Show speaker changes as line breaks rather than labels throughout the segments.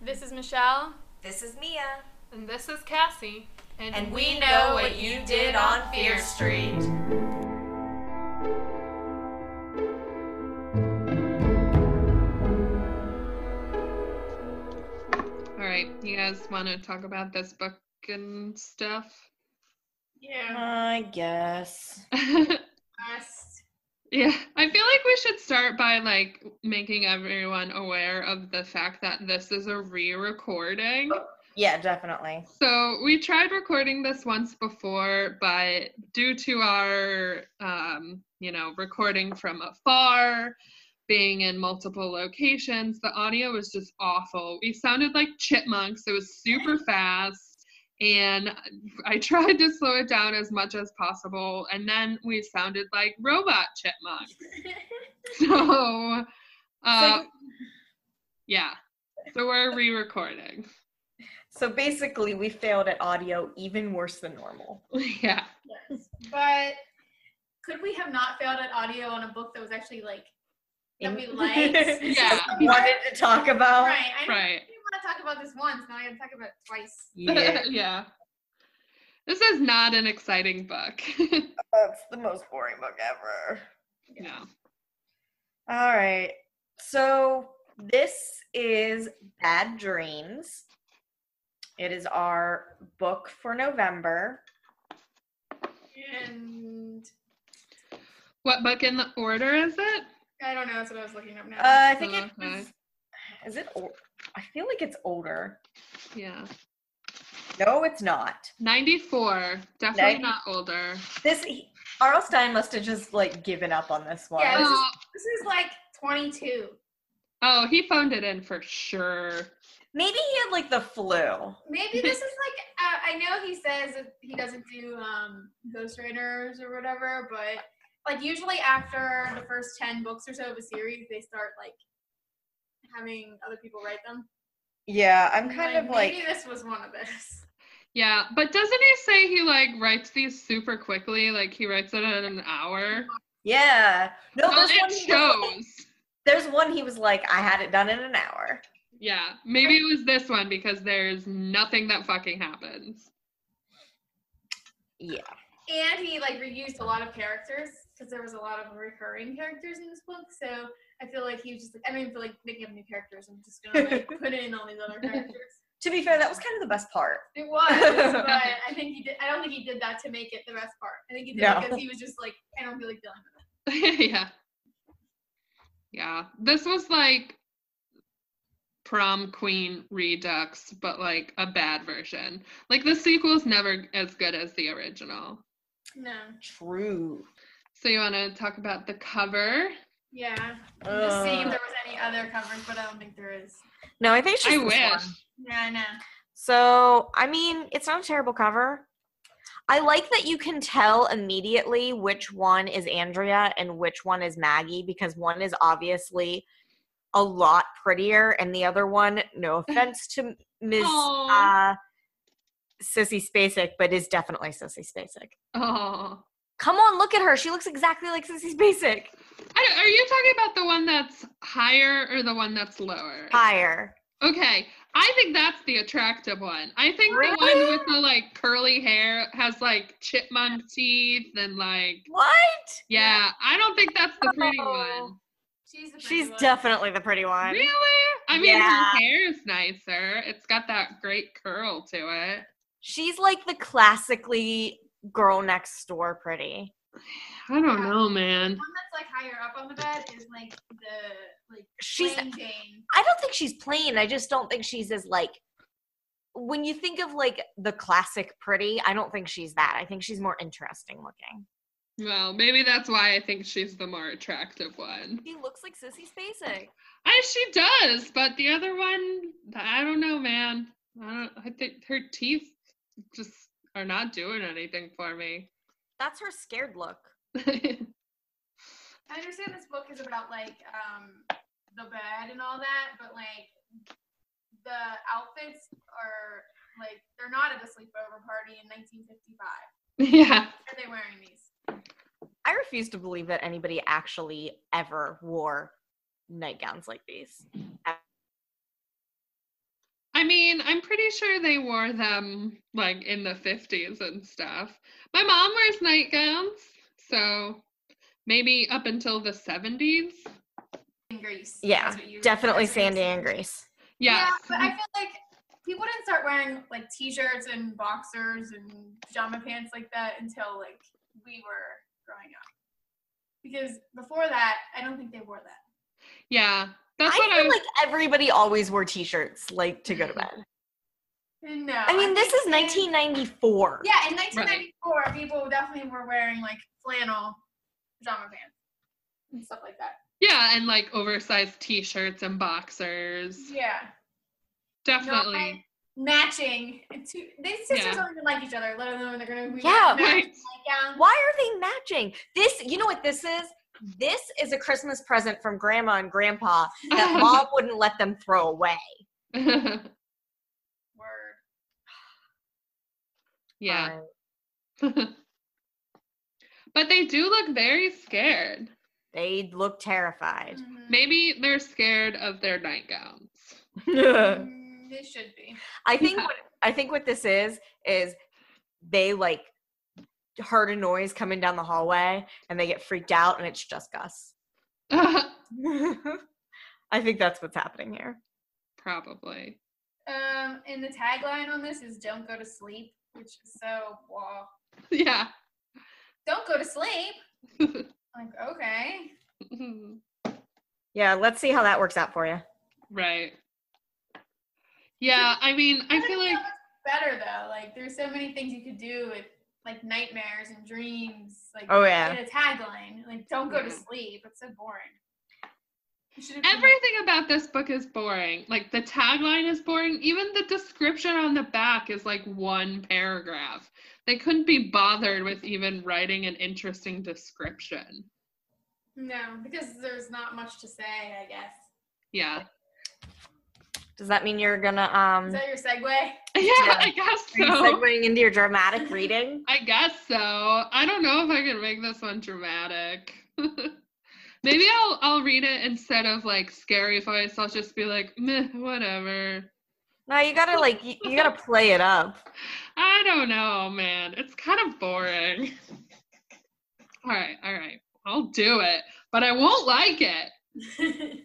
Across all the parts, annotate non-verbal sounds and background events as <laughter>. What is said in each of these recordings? This is Michelle.
This is Mia,
And this is Cassie.
and we know what you did on Fear Street.
All right, you guys want to talk about this book and stuff? <laughs>
Yeah.
I guess.
yeah,
Us.
I feel like we should start by like making everyone aware of the fact that this is a re-recording.
Yeah, definitely.
So we tried recording this once before, but due to our, um, you know, recording from afar, being in multiple locations, the audio was just awful. We sounded like chipmunks. It was super fast, and I <laughs> tried to slow it down as much as possible, and then we sounded like robot chipmunks. <laughs> So, uh, yeah. So we're re-recording. <laughs>
So basically, we failed at audio even worse than normal.
yeah.
<laughs> But could we have not failed at audio on a book that was actually like that
<laughs>
we liked?
Yeah.
Wanted to talk about.
right. I
Right.
didn't want to talk about this once. Now I got to talk about it twice.
Yeah,
<laughs> yeah. This is not an exciting book. <laughs>
that's the most boring book ever.
no.
All right. So this is Bad Dreams. It is our book for November.
And
What book in the order is it?
I don't know. That's what I was looking up now.
Uh, I think it
Mm-hmm.
Okay.
was. Is it? Old? I feel like it's older.
Yeah.
No, it's not.
94. Definitely
Ninety-
not older.
This he- R.L. Stein must have just like given up on this one.
Yeah, this is-
Oh,
this is like 22.
oh, he phoned it in for sure.
Maybe he had like the flu.
Maybe this is like uh, I know he says that he doesn't do um, ghostwriters or whatever, but like usually after the first ten books or so of a series, they start like having other people write them.
Yeah, I'm kind of like
maybe this was one of those.
Yeah, but doesn't he say he like writes these super quickly? Like he writes it in an hour.
yeah. No,
Well,
there's, one
it
he was, like-
shows.
there's one he was like, I had it done in an hour.
Yeah, maybe it was this one because there's nothing that fucking happens.
Yeah.
And he like reused a lot of characters because there was a lot of recurring characters in this book. So I feel like he was just like, I don't even feel like making up new characters. I'm just gonna
<laughs>
like put in all these other characters.
To be fair, that was kind of the best part.
It <laughs> was, but I think he did. I don't think he did that to make it the best part. I think he did
No.
it because he was just like, I don't feel like dealing with
<laughs> yeah. Yeah. This was like prom queen redux, but like a bad version. Like the sequel's never as good as the original.
it. No.
True.
So you wanna talk about the cover?
Yeah. I'm just seeing if
Ugh.
there was any other covers, but I don't think there is.
No, I think it's just
I
this
wish.
one.
Yeah, I know.
So, I mean, it's not a terrible cover. I like that you can tell immediately which one is Andrea and which one is Maggie because one is obviously a lot prettier and the other one, no
<laughs>
offense to Ms.
Aw.
Uh, Sissy Spacek, but is definitely Sissy Spacek.
Oh.
Come on, look at her. She looks exactly like Sissy Spacek.
I don't- are you talking about the one that's higher or the one that's lower?
Higher.
Okay, I think that's the attractive one. I think the
Really?
one with the like curly hair has like chipmunk teeth and like
What?
yeah. I don't think that's the pretty
Oh.
one.
She's the pretty
She's
one.
definitely the pretty one.
Really? I mean,
Yeah.
her hair is nicer. It's got that great curl to it.
She's like the classically girl next door pretty.
I don't
Yeah.
know, man.
The one that's like higher up on the bed is like the like
She's
plain Jane.
I don't think she's plain. I just don't think she's as like when you think of like the classic pretty, I don't think she's that. I think she's more interesting looking.
Well, maybe that's why I think she's the more attractive one.
She looks like Sissy Spacek.
I she does, but the other one, I don't know, man. I don't. I think her teeth just are not doing anything for me. <laughs>
That's her scared look.
I understand this book is about like um the bed and all that, but like the outfits are like they're not at a sleepover party in 1955.
yeah.
Are they wearing these?
I refuse to believe that anybody actually ever wore nightgowns like these.
mean, I'm pretty sure they wore them like in the 50s and stuff. My mom wears nightgowns, so maybe up until the 70s.
in Greece.
Yeah,
That's what you-
definitely
that's what you
Sandy
said.
and Grease.
Yeah,
Yes.
but I feel like people didn't start wearing like t-shirts and boxers and pajama pants like that until like we were growing up. Because before that, I don't think they wore that.
Yeah. That's
I
what I
feel
was
like everybody always wore t-shirts like to go
<laughs>
to bed.
No.
I mean, this
think
is
in-
1994.
Yeah, in 1994, people definitely were wearing like flannel pajama pants and stuff like that.
Yeah, and like oversized t-shirts and boxers.
Yeah.
<laughs>
Definitely.
Matching. And Two, these sisters
Yeah.
don't even like each other, let alone they're going to be
Yeah,
matching
right.
nightgowns.
Why are they matching? This, you know what this is? This is a Christmas present from grandma and grandpa that
<laughs>
mom wouldn't let them throw away.
Word.
yeah.
Um,
but they do look very scared.
they look terrified.
<laughs>
<laughs>
Mhm.
Maybe they're scared of their nightgowns. <laughs>
I
Mm, They should be.
think what I think what this is is they like heard a noise coming down the hallway and they get freaked out and it's just Gus. <laughs> I think that's what's happening here.
Probably.
Um, and the tagline on this is "Don't go to sleep," which is so wow.
Yeah. <laughs>
Don't go to sleep. like okay,
Yeah, let's see how that works out for you.
right. Yeah, I mean, I feel like
better though. Like there's so many things you could do with like nightmares and dreams. Like
Oh, yeah.
in a tagline, like "Don't go to
Yeah.
sleep." It's so boring. You should've been-
everything about this book is boring. Like the tagline is boring. Even the description on the back is like one paragraph. They couldn't be bothered with even writing an interesting description.
no, because there's not much to say. I guess.
Yeah. <laughs>
Does that mean you're gonna um
Is that your segue? <laughs>
Yeah,
Yeah.
I guess
are you
so.
segueing into your dramatic reading?
I guess so. I don't know if I can make this one dramatic. <laughs> Maybe I'll I'll read it instead of like scary voice. I'll just be like, Meh, whatever.
No, you gotta like you, you gotta play it up.
I don't know, man. It's kind of boring. <laughs> All right, all right. I'll do it, but I won't like it.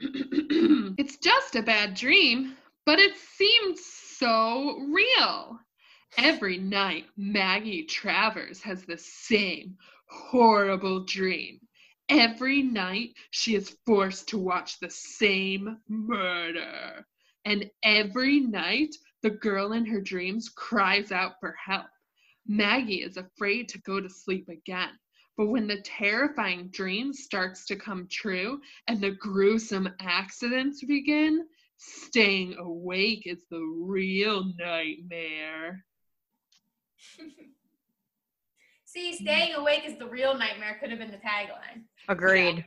it's just a bad dream, but it seemed so real. Every night, Maggie Travers has the same horrible dream. Every night, she is forced to watch the same murder. And every night, the girl in her dreams cries out for help. Maggie is afraid to go to sleep again. But when the terrifying dream starts to come true and the gruesome accidents begin, staying awake is the real nightmare. <laughs>
<laughs> See, staying awake is the real nightmare. Could have been the tagline.
Agreed.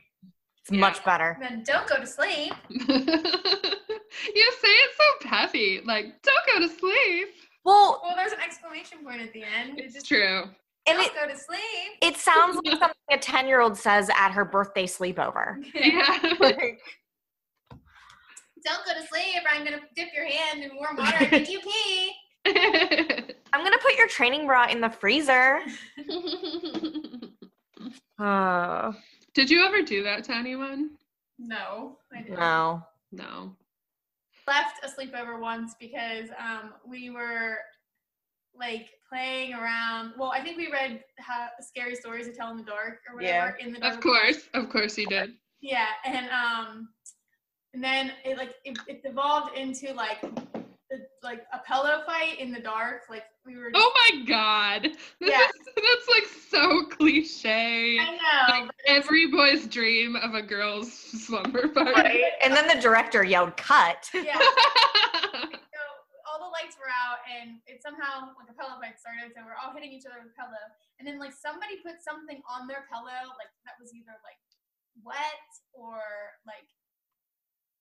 It's
Yeah.
much better.
Then don't go to sleep.
you say it so peppy, like, don't go to sleep.
Well,
Well, there's an exclamation point at the end. It's
It's
just <laughs>
true.
and
don't
it
go to sleep.
it sounds like something a ten year old says at her birthday sleepover.
Yeah.
Like,
<laughs> Don't go to sleep. Or I'm gonna dip your hand in warm water and make
<laughs>
you pee.
I'm gonna put your training bra in the freezer. Oh
Did you ever do that to anyone?
No, I didn't.
no.
No.
Left a sleepover once because um, we were like playing around. Well, I think we read how, scary stories to tell in the dark or whatever in the dark.
Of course. Of course you
<laughs>
did.
Yeah, and um, and then it like it, it evolved into like the, like a pillow fight in the dark. Like we were.
Oh my god. This
Yeah.
is, that's like so cliche.
I know.
Like every boy's dream of a girl's slumber party.
And then the director yelled, "Cut!"
but yeah. So all the lights were out, and it somehow like a pillow fight started. So we're all hitting each other with a pillow, and then like somebody put something on their pillow, like that was either like wet or like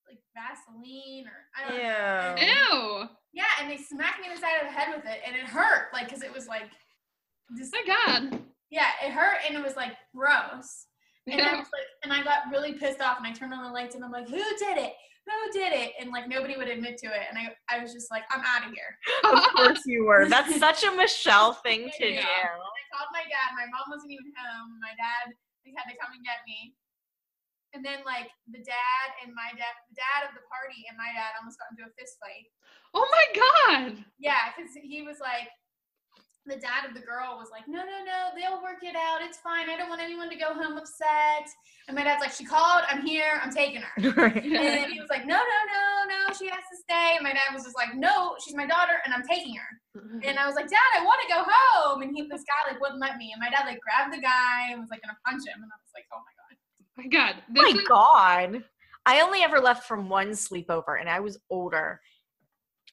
like Vaseline or I don't know.
Ew.
<laughs> Ew.
Yeah, and they smacked me in the side of the head with it, and it hurt, like because it was like just
My god.
yeah, it hurt, and it was like gross. And I
Yeah.
was like, and I got really pissed off, and I turned on the lights, and I'm like, "Who did it? who did it? And like nobody would admit to it. And I, I was just like, I'm out of here.
Of course you were. That's such a Michelle thing to
Yeah.
do.
I called my dad. My mom wasn't even home. My dad he had to come and get me. And then like the dad and my dad, the dad of the party and my dad almost got into a fist fight.
<laughs> Oh my god.
Yeah, because he was like, the dad of the girl was like, no, no, no, they'll work it out. It's fine. I don't want anyone to go home upset. And my dad's like, she called. I'm here. I'm taking
<laughs>
her.
Right.
And
<laughs>
then he was like, no, no, no, no, she has to stay. And my dad was just like, no, she's my daughter and I'm taking her.
Oh
And I was like, Dad, I want to go home. And he, this guy, like, wouldn't let me. And my dad, like, grabbed the guy and was like, gonna punch him. And I was like, oh my god.
my god. This
my
is,
god i only ever left from one sleepover and i was older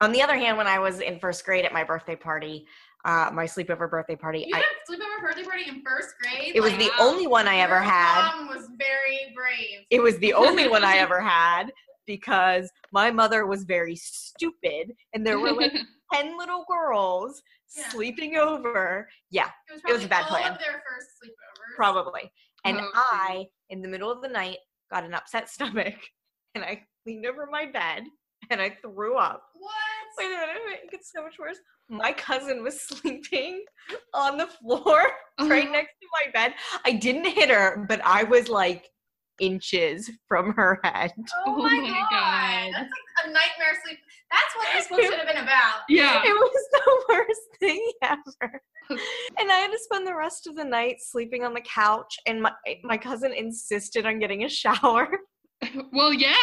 on the other hand when i was in first grade at my birthday party uh, my sleepover birthday party
You
I,
had a sleepover birthday party in first grade.
it was the only one i ever
your
had
Mom was very brave.
it was the only one
<laughs>
i ever had because my mother was very stupid and there
<laughs>
<laughs>
were like 10 little girls
Yeah.
sleeping over yeah
was,
it was
probably
a bad
all
plan.
Of their first sleepovers.
probably and
Oh, geez.
i in the middle of the night got an upset <laughs> stomach and i leaned over my bed and i threw up
What?
Wait a minute, wait, it gets so much worse. My cousin was <laughs> sleeping on the floor
Oh Uh-huh.
right next to my bed. I didn't hit her, but I was like inches from her head. <laughs>
Oh,
Oh
my,
my
god.
God.
That's like a nightmare sleep. That's what this book should have been
<laughs>
about.
Yeah.
It was the <laughs> worst thing ever. And I had to spend the rest of the night sleeping on the couch, and my, my cousin insisted on getting a shower.
Well, yeah.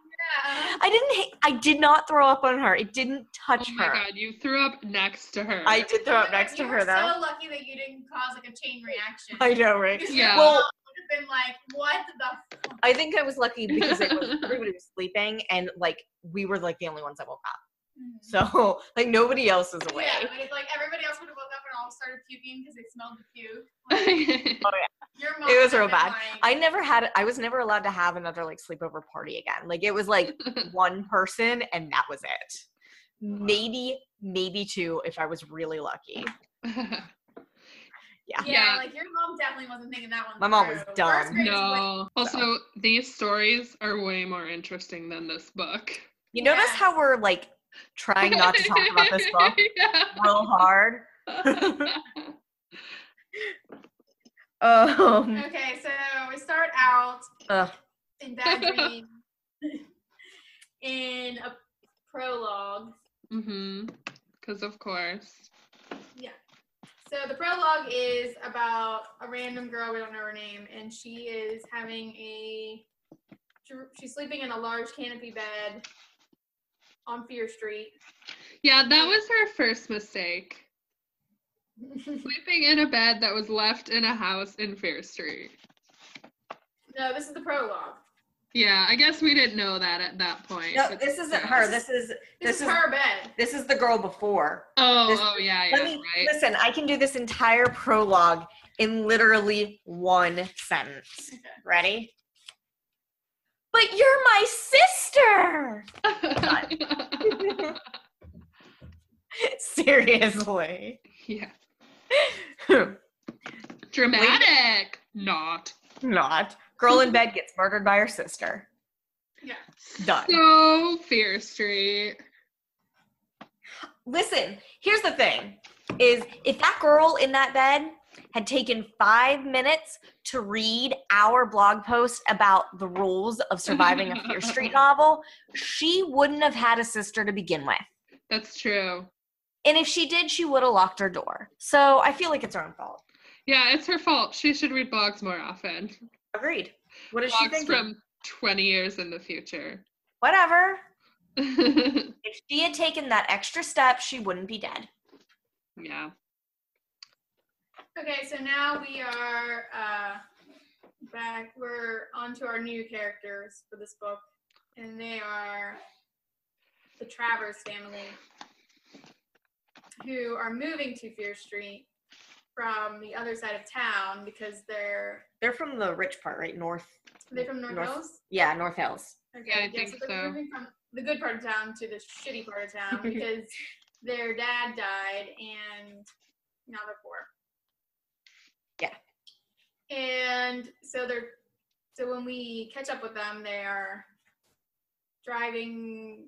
Yeah.
I didn't, hit- I did not throw up on her, it didn't touch
Oh my
her.
god, you threw up next to her. <laughs>
I did throw
<laughs>
up next to
You
her
were
though.
so lucky that you didn't cause like a chain reaction.
<laughs>
<laughs>
I know, right?
Because
Yeah.
your
Well-
mom would have been like, what the fuck?
I think I was lucky because it was everybody was sleeping and like we were like the only ones that woke up. So <laughs> like nobody else was awake.
Yeah, but it's like everybody else would have woke up and all started puking because they smelled the puke. Like,
did.
your mom
It was
would
real
have been
bad. I
Like,
never had I was never allowed to have another like sleepover party again. Like it was like one person and that was it. Maybe maybe two if I was really lucky.
yeah,
Yeah.
Yeah.
like your mom definitely wasn't thinking that one.
My mom was
through.
dumb.
First grade is way-
no. Also, these stories are way more interesting than this book.
You notice
Yeah.
how we're like trying not to talk about this
<laughs>
book real hard.
Yeah.
Um
Okay, so we start out
ugh.
in Bad Dream <laughs> in a prologue.
mhm. Cuz of course.
So the prologue is about a random girl, we don't know her name, and she is having a she's sleeping in a large canopy bed on Fear Street. <laughs>
Yeah, that was her first mistake. Sleeping in a bed that was left in a house in Fair Street.
no, this is the prologue.
Yeah, I guess we didn't know that at that point.
No,
but
this isn't
yeah.
her. This is
This,
This
is,
is-
her bed.
this is the girl before.
Oh,
this-
oh yeah, yeah,
Let me
right.
listen. I can do this entire prologue in literally one sentence.
Okay.
Ready? But you're my sister. <laughs> Seriously.
<laughs>
<laughs>
yeah. Dramatic. Not.
Not. Girl in bed gets murdered by her sister.
Yeah.
Done.
So Fear Street.
Listen, here's the thing is if that girl in that bed had taken five minutes to read our blog post about the rules of surviving a Fear Street novel, she wouldn't have had a sister to begin with.
That's true.
And if she did, she would have locked her door. So I feel like it's her own fault.
Yeah, it's her fault. She should read blogs more often.
Agreed. What is she
Blogs
thinking?
from 20 years in the future. <laughs>
Whatever.
yeah.
If she had taken that extra step, she wouldn't be dead.
Okay, so now we are uh, back. We're onto our new characters for this book, and they are the Travers family, who are moving to Fear Street from the other side of town because they're
They're from the rich part, right? North.
are they from North,
North-
Hills.
Yeah, North Hills.
Okay,
I think
they're
so.
moving from the good part of town to the shitty part of town because their dad died and now they're poor.
Yeah.
And so they're so when we catch up with them, they are driving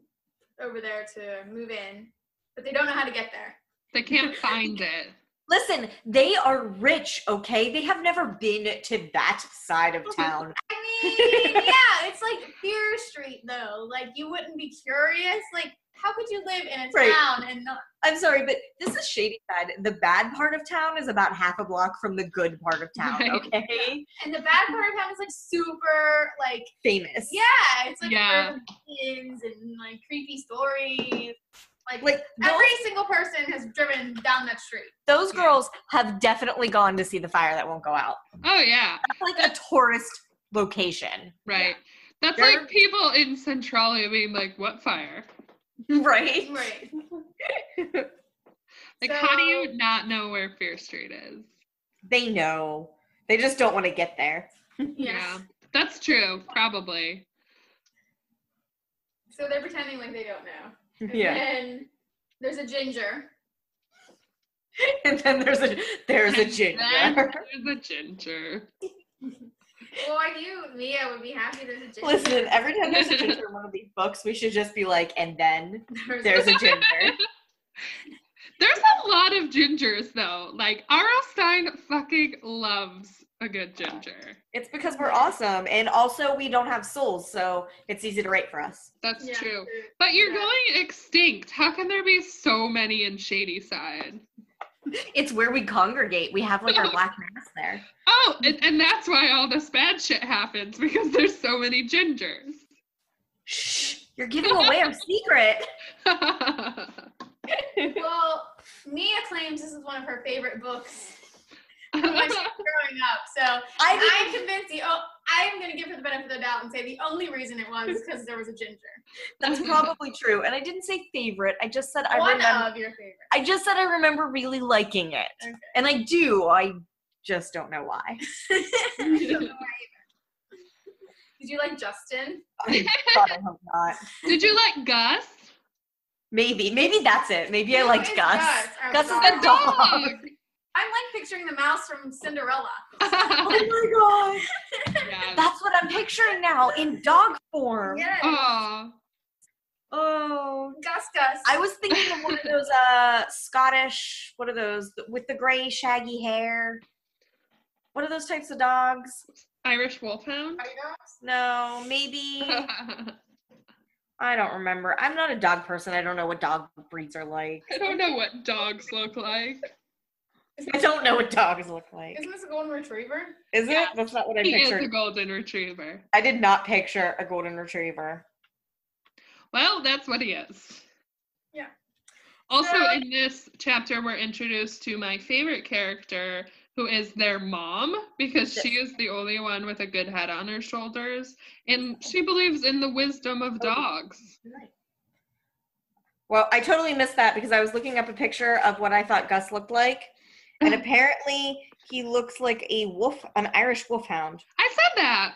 over there to move in, but they don't know how to get there.
They
<laughs>
can't find it.
Listen, they are rich, okay? They have never been to that side of town.
I mean, yeah, it's like Fear Street though. Like you wouldn't be curious. Like how could you live in a
Right.
town and not?
I'm sorry, but this is shady side. The bad part of town is about half a block from the good part of town,
Right.
okay?
And the bad part of town is like super like
Famous.
yeah, it's like
Yeah.
urban legends and like creepy stories. Like,
Like, they'll-
every single person has driven down that street.
Those
Yeah.
girls have definitely gone to see the fire that won't go out.
Oh yeah,
that's like a tourist location.
right. That's
They're-
like people in Centralia being like, "What fire?
Right?
<laughs> Right.
Like, how do
So-
you not know where Fear Street is?"
They know. They just don't want to get <laughs> there.
Yeah.
that's true. Probably.
So they're pretending like they don't know. And
Yeah. <laughs>
then there's a ginger.
And then there's a there's a
And then
ginger.
There's a ginger.
Well, I knew Mia would be happy there's a ginger.
<laughs> Listen, every time there's a ginger in one of these books, we should just be like, and then
There's-
there's a <laughs> ginger.
There's a lot of gingers though. Like R.L. Stein fucking loves a good ginger.
It's because we're awesome, and also we don't have souls, so it's easy to write for us.
That's
Yeah,
true. But you're
Yeah.
going extinct. How can there be so many in Shady Side?
It's where we congregate. We have like our black mass there.
Oh, and, and that's why all this bad shit happens because there's so many gingers. <laughs>
Shh, you're giving away our secret.
I
<laughs> Well, Mia claims this is one of her favorite
<laughs>
books from when she was growing up. So
I
<laughs> I'm convinced the oh, I'm going to give her the benefit of the doubt and say the only reason it was because there was a ginger.
that's probably true, and I didn't say favorite. I just said <laughs> I
one
remember.
of your favorite.
I just said I remember really liking it,
Okay.
and I do. I just don't know why.
Did you like Justin?
I thought I hope not.
Did you
<laughs>
like Gus?
Maybe, maybe that's it. Maybe I
Who
liked
is
Gus.
Gus? Oh,
Gus is
God.
the dog.
<laughs>
I'm like picturing the mouse from Cinderella.
Dog.
<laughs> Oh my god.
Yes.
That's what I'm picturing now in dog form.
Yes.
Aw.
Oh.
Gus Gus.
I was thinking of one of those uh Scottish, what are those with the gray shaggy hair? What are those types of dogs?
Irish Wolfhound?
Are you Gus?
No,
<laughs>
maybe I don't remember. I'm not a dog person. I don't know what dog breeds are like.
I don't know what dogs look like.
I don't know what dogs look like.
Isn't this a golden retriever?
Is
Yeah.
it? That's not what I
He is a
pictured.
golden retriever.
I did not picture a golden retriever.
Well, that's what he is.
Yeah.
Also,
So-
in this chapter, we're introduced to my favorite character, who is their mom, because she is the only one with a good head on her shoulders, and she believes in the wisdom
Oh.
of dogs.
Well, I totally missed that because I was looking up a picture of what I thought Gus looked like.
<laughs>
And apparently he looks like a wolf, an Irish wolfhound.
I said that.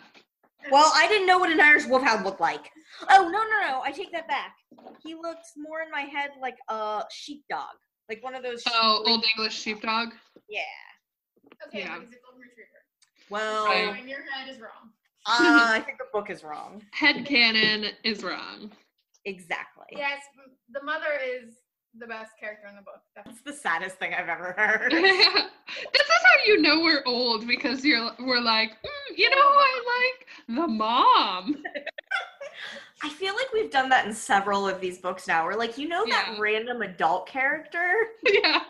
Well, I didn't know what an Irish wolfhound looked like. Oh no no no! I take that back. He looks more in my head like a sheepdog, like one of those. sheep-
Oh, old English sheepdog.
yeah.
Okay,
Yeah.
but he's a golden retriever.
Well,
Right.
So in your head is wrong.
uh, I think the book is wrong.
Head cannon is wrong.
Exactly.
Yes, m- the mother is the best character in the book.
That's the saddest thing I've ever
<laughs>
heard.
this is how you know we're old because you're we're like, "Mm, you know who I like? The mom. <laughs>
I feel like we've done that in several of these books now. We're like, you know,
Yeah.
that random adult character.
<laughs> yeah.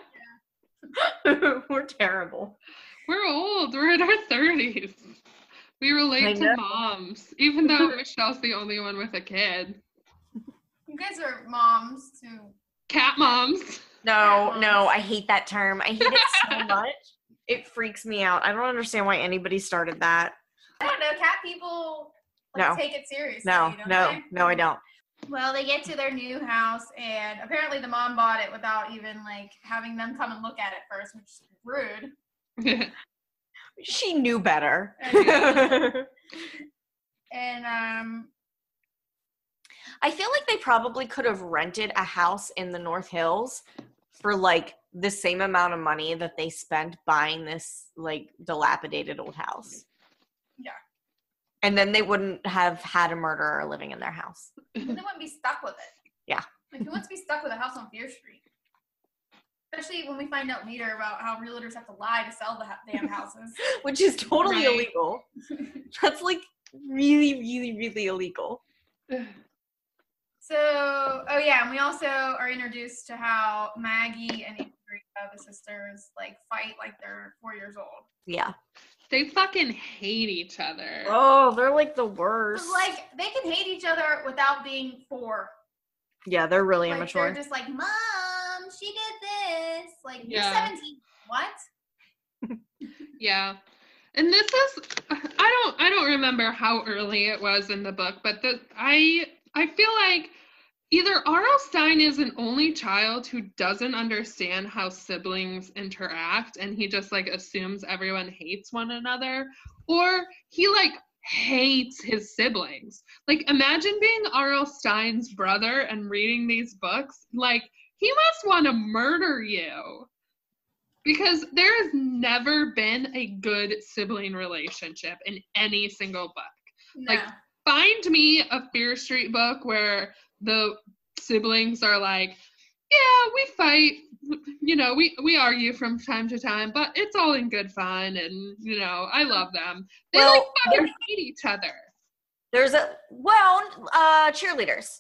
We're terrible.
We're old. We're in our thirties. We
I
relate
know.
to moms, even though <laughs> Michelle's the only one with a kid.
You guys are moms too.
Cat moms. <laughs>
No, no, I hate that term. I hate it so much. It freaks me out. I don't understand why anybody started that.
I don't know. Cat people like,
No.
take it seriously.
No,
don't
no,
they?
no, I don't.
Well, they get to their new house, and apparently the mom bought it without even like having them come and look at it first, which is rude.
She knew better. <laughs>
And um,
I feel like they probably could have rented a house in the North Hills for like the same amount of money that they spent buying this like dilapidated old house.
And then they wouldn't have had a murderer living in their house. <laughs>
Then they wouldn't be stuck with it.
Yeah.
Like who wants to be stuck with a house on Fear Street? Especially when we find out later about how realtors have to lie to sell the ha- damn houses.
Which is totally
Right.
<laughs> illegal. That's like really, really, really illegal.
So, oh yeah, and we also are introduced to how Maggie and Andrea, the sisters, like fight like they're four years old.
Yeah.
they fucking hate each other.
Oh, they're like the
But,
worst.
like they can hate each other without being four.
yeah, they're really
Like,
immature.
They're just like, Mom, she did this. Like
Yeah.
you're 17. What?
Yeah. And this is I don't I don't remember how early it was in the book, but the I I feel like either R.L. Stein is an only child who doesn't understand how siblings interact and he just like assumes everyone hates one another or he like hates his siblings. Like imagine being R.L. Stein's brother and reading these books. Like he must want to murder you. Because there has never been a good sibling relationship in any single book.
No.
Like, Find me a Fear Street book where the siblings are like, yeah, we fight, you know, we, we argue from time to time, but it's all in good fun and, you know, I love them. They like
Well,
fucking hate each other.
There's a well, uh cheerleaders.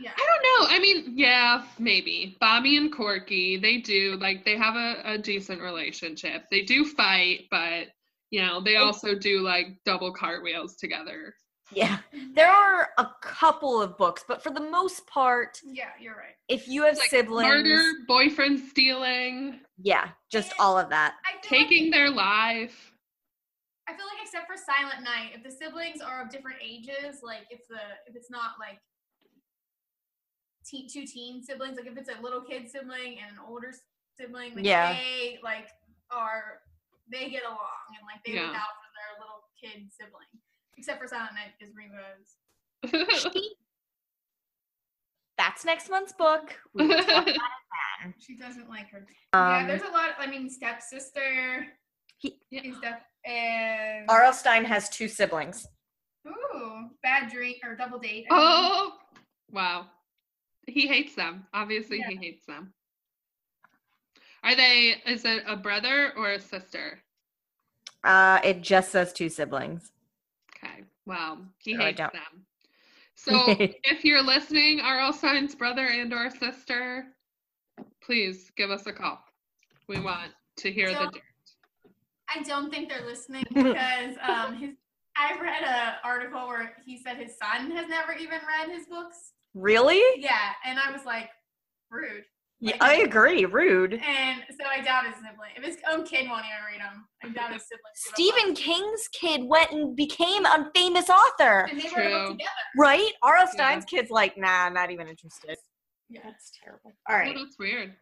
yeah.
I don't know. I mean, yeah, maybe. Bobby and Corky, they do, like, they have a, a decent relationship. They do fight, but, you know, they also do, like, double cartwheels together.
Yeah. There are a couple of books, but for the most part,
Yeah, you're right.
if you have
Like,
siblings,
Murder, boyfriend stealing,
yeah, just all of that.
I feel like-
taking their life. <laughs>
I feel like except for Silent Night, if the siblings are of different ages, like if the if it's not like teen, two teen siblings, like if it's a little kid sibling and an older sibling, like
Yeah.
they like are they get along and like they look
Yeah.
out for their little kid sibling. Except for Silent Night because Rainbow's.
That's next month's book. We will talk about
She doesn't like her. yeah,
Um,
there's a lot. I mean, stepsister.
He-
Yeah.
and step and
R.L. Stein has two siblings.
ooh, bad drink or double date. I mean.
oh, wow. He hates them. Obviously, he hates them. Are they, is it a brother or a sister?
Uh, it just says two siblings.
Okay. Wow. He
No, I
hates
don't. <laughs>
them. So if you're listening, R.L. Stein's brother and or sister, please give us a call. We want to hear the
So- I don't think they're
<laughs>
listening because um, his, I read an article where he said his son has never even read his books.
really?
Yeah, and I was like, rude.
Yeah, I agree. Rude.
And so I doubt his sibling. If his own kid won't even read them, I doubt his sibling.
Stephen King's kid went and became a famous author,
And they wrote a book
True.
together.
right? R.L. Stein's kid's like, nah, not even interested.
Yeah.
That's terrible. All
dirt.
right,
Oh, that's weird.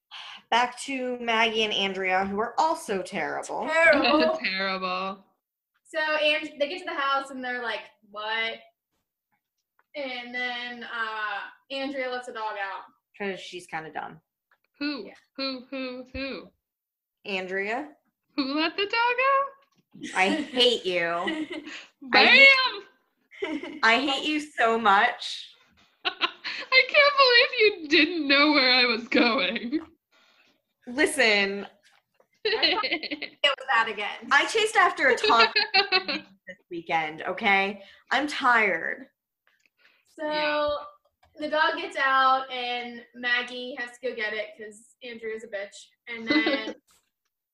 <laughs> back to Maggie and Andrea, who are also terrible.
Oh.
Terrible.
<laughs> Terrible.
so and they get to the house and they're like, what? And then uh, Andrea lets the dog out.
Because she's kind of dumb.
Who?
Yeah.
Who? Who? Who?
Andrea,
Who let the dog out?
I
<laughs>
hate you. I
Bam!
hate- I hate you so much.
<laughs> I can't believe you didn't know where I was going.
Listen,
It was that again.
I chased after a talk
<laughs>
this weekend, okay? I'm tired.
So
Yeah.
the dog gets out, and Maggie has to go get it because Andrew is a bitch. And
<laughs>
then,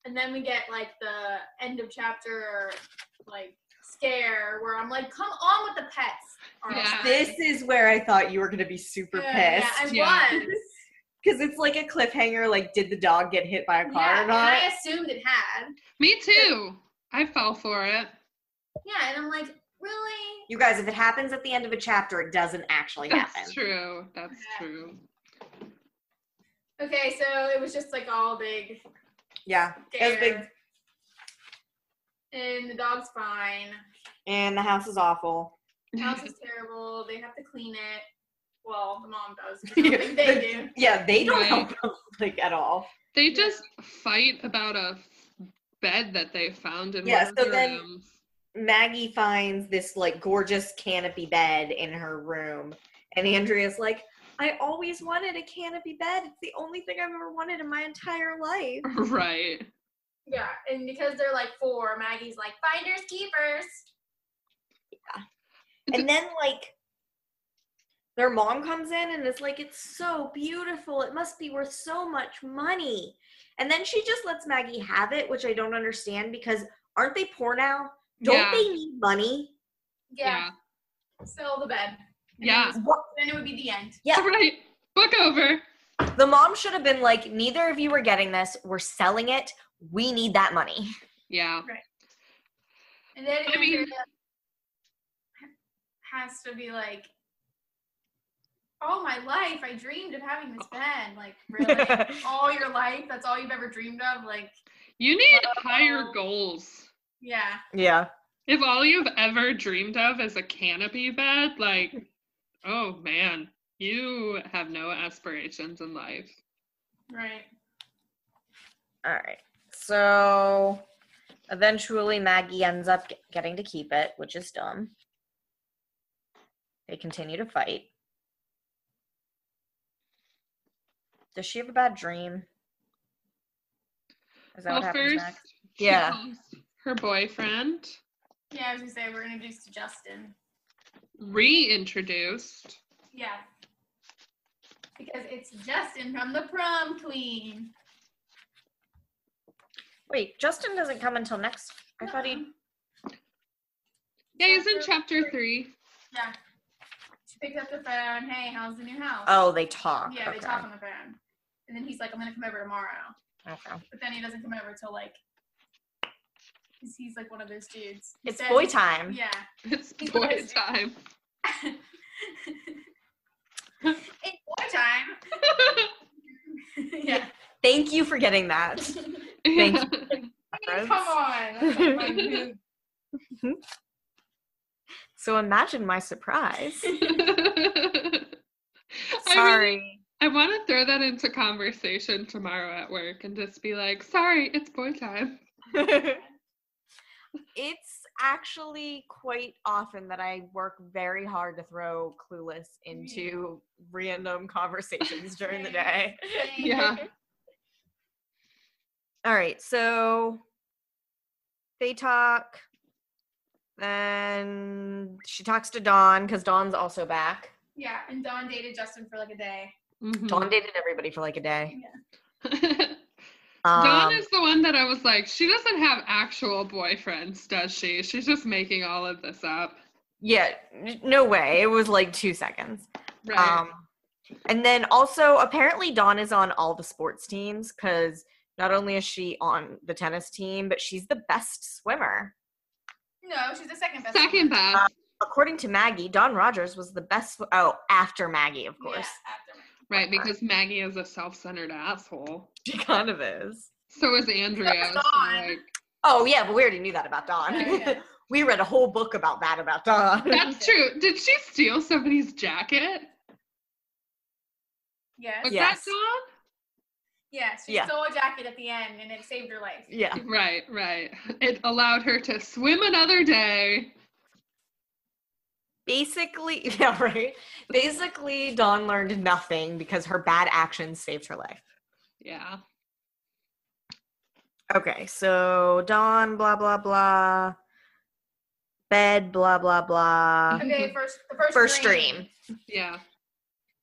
and then we get like the end of chapter like scare where I'm like, come on with the pets. Arnold."
Yeah.
This is where I thought you were gonna be super
Uh,
pissed.
Yeah, I
Yeah.
was.
Because it's like a cliffhanger, like, did the dog get hit by a car
Yeah,
or
and
not?
I assumed it had.
<laughs> Me too. I fell for it.
Yeah, and I'm like, really?
You guys, if it happens at the end of a chapter, it doesn't actually happen.
That's true. That's true.
Okay, so it was just like all big
Yeah. It was
scare.
big
And the dog's fine.
and the house is awful.
house is terrible. They have to clean it. Well, the mom does. but
Yeah,
They they do.
Yeah, they don't
Right.
help them, like at all.
They
Yeah.
just fight about a f- bed that they found in
Yeah,
one
so
of the
then-
rooms.
Maggie finds this like gorgeous canopy bed in her room, and Andrea's like, "I always wanted a canopy bed. It's the only thing I've ever wanted in my entire life."
<laughs> right.
Yeah, and because they're like four, Maggie's like finders keepers.
And then like their mom comes in and is like, "It's so beautiful. It must be worth so much money." And then she just lets Maggie have it, which I don't understand because aren't they poor now? Don't
yeah.
they need money?
Yeah, sell the bed. And
Yeah.
Then, it was- then it would be the end.
<laughs>
Yeah.
yeah. Right. Book over.
The mom should have been like, neither of you are getting this. We're selling it. We need that money.
Yeah.
And then
I mean-
Andrea has to be like, all my life I dreamed of having this bed. Like, really? all your life? That's all you've ever dreamed of? Like,
You need
Well-
higher goals.
yeah.
yeah.
If all you've ever dreamed of is a canopy bed, like, oh man, you have no aspirations in life.
Right.
All right. So eventually Maggie ends up ge- getting to keep it, which is dumb. They continue to fight. Does she have a bad dream? Is that
well,
what happens
first, <laughs>
next?
she
Yeah.
calls her boyfriend
Yeah, I was gonna say we're introduced to Justin.
reintroduced.
Yeah. Because it's Justin from the prom queen.
Wait, Justin doesn't come until next. I thought he.
Yeah, he's in chapter three.
Yeah. She picks up the phone. Hey, how's the new house?
Oh, they talk.
Yeah, they
Okay.
talk on the phone. And then he's like, I'm gonna come over tomorrow.
Okay.
But then he doesn't come over till like 'cause he's like one of those dudes. He
It's
says-
boy time.
Yeah. <laughs>
It's
He's
boy
always-
time.
it's boy time. <laughs> yeah.
Thank you for getting that.
<laughs>
Thank
Come on. That's like my mood.
so imagine
<laughs>
my surprise.
Sorry.
Sorry.
I want to throw that into conversation tomorrow at work and just be like, sorry, it's boy time.
it's actually quite often that I work very hard to throw clueless into random conversations during the day.
Yeah.
<laughs> All right, so they talk. Then she talks to Dawn because Dawn's also back.
Yeah, and Dawn dated Justin for like a day.
Mm-hmm.
Dawn dated everybody for like a day.
Mhm.
Um,
<laughs> Dawn is the one that I was like, she doesn't have actual boyfriends, does she? She's just making all of this up.
yeah, n- no way. It was like two seconds.
Right.
Um, and then also, apparently, Dawn is on all the sports teams because not only is she on the tennis team, but she's the best swimmer.
No, she's the second best. one.
Second best.
According to Maggie, Dawn Rogers was the best. Sw- oh, after Maggie, of
Yeah,
course.
after me.
right, because Maggie is a self centered asshole.
<laughs> She kind of is.
So is Andrea. So,
Dawn.
like,
Oh, yeah, but we already knew that about Dawn.
Yeah, yeah.
<laughs> we read a whole book about that about Dawn.
that's true. Did she steal somebody's jacket?
Yes.
Was
Yes.
that Dawn?
Yes, she
Yeah.
stole a jacket at the end and it saved her life.
<laughs> yeah.
Right, right. It allowed her to swim another day.
Basically, <laughs> yeah, right? Basically, Dawn learned nothing because her bad actions saved her life.
Yeah.
Okay, so Dawn, blah blah blah. Bed, blah blah blah.
Mm-hmm.
Okay, first the first,
First
dream.
dream.
Yeah.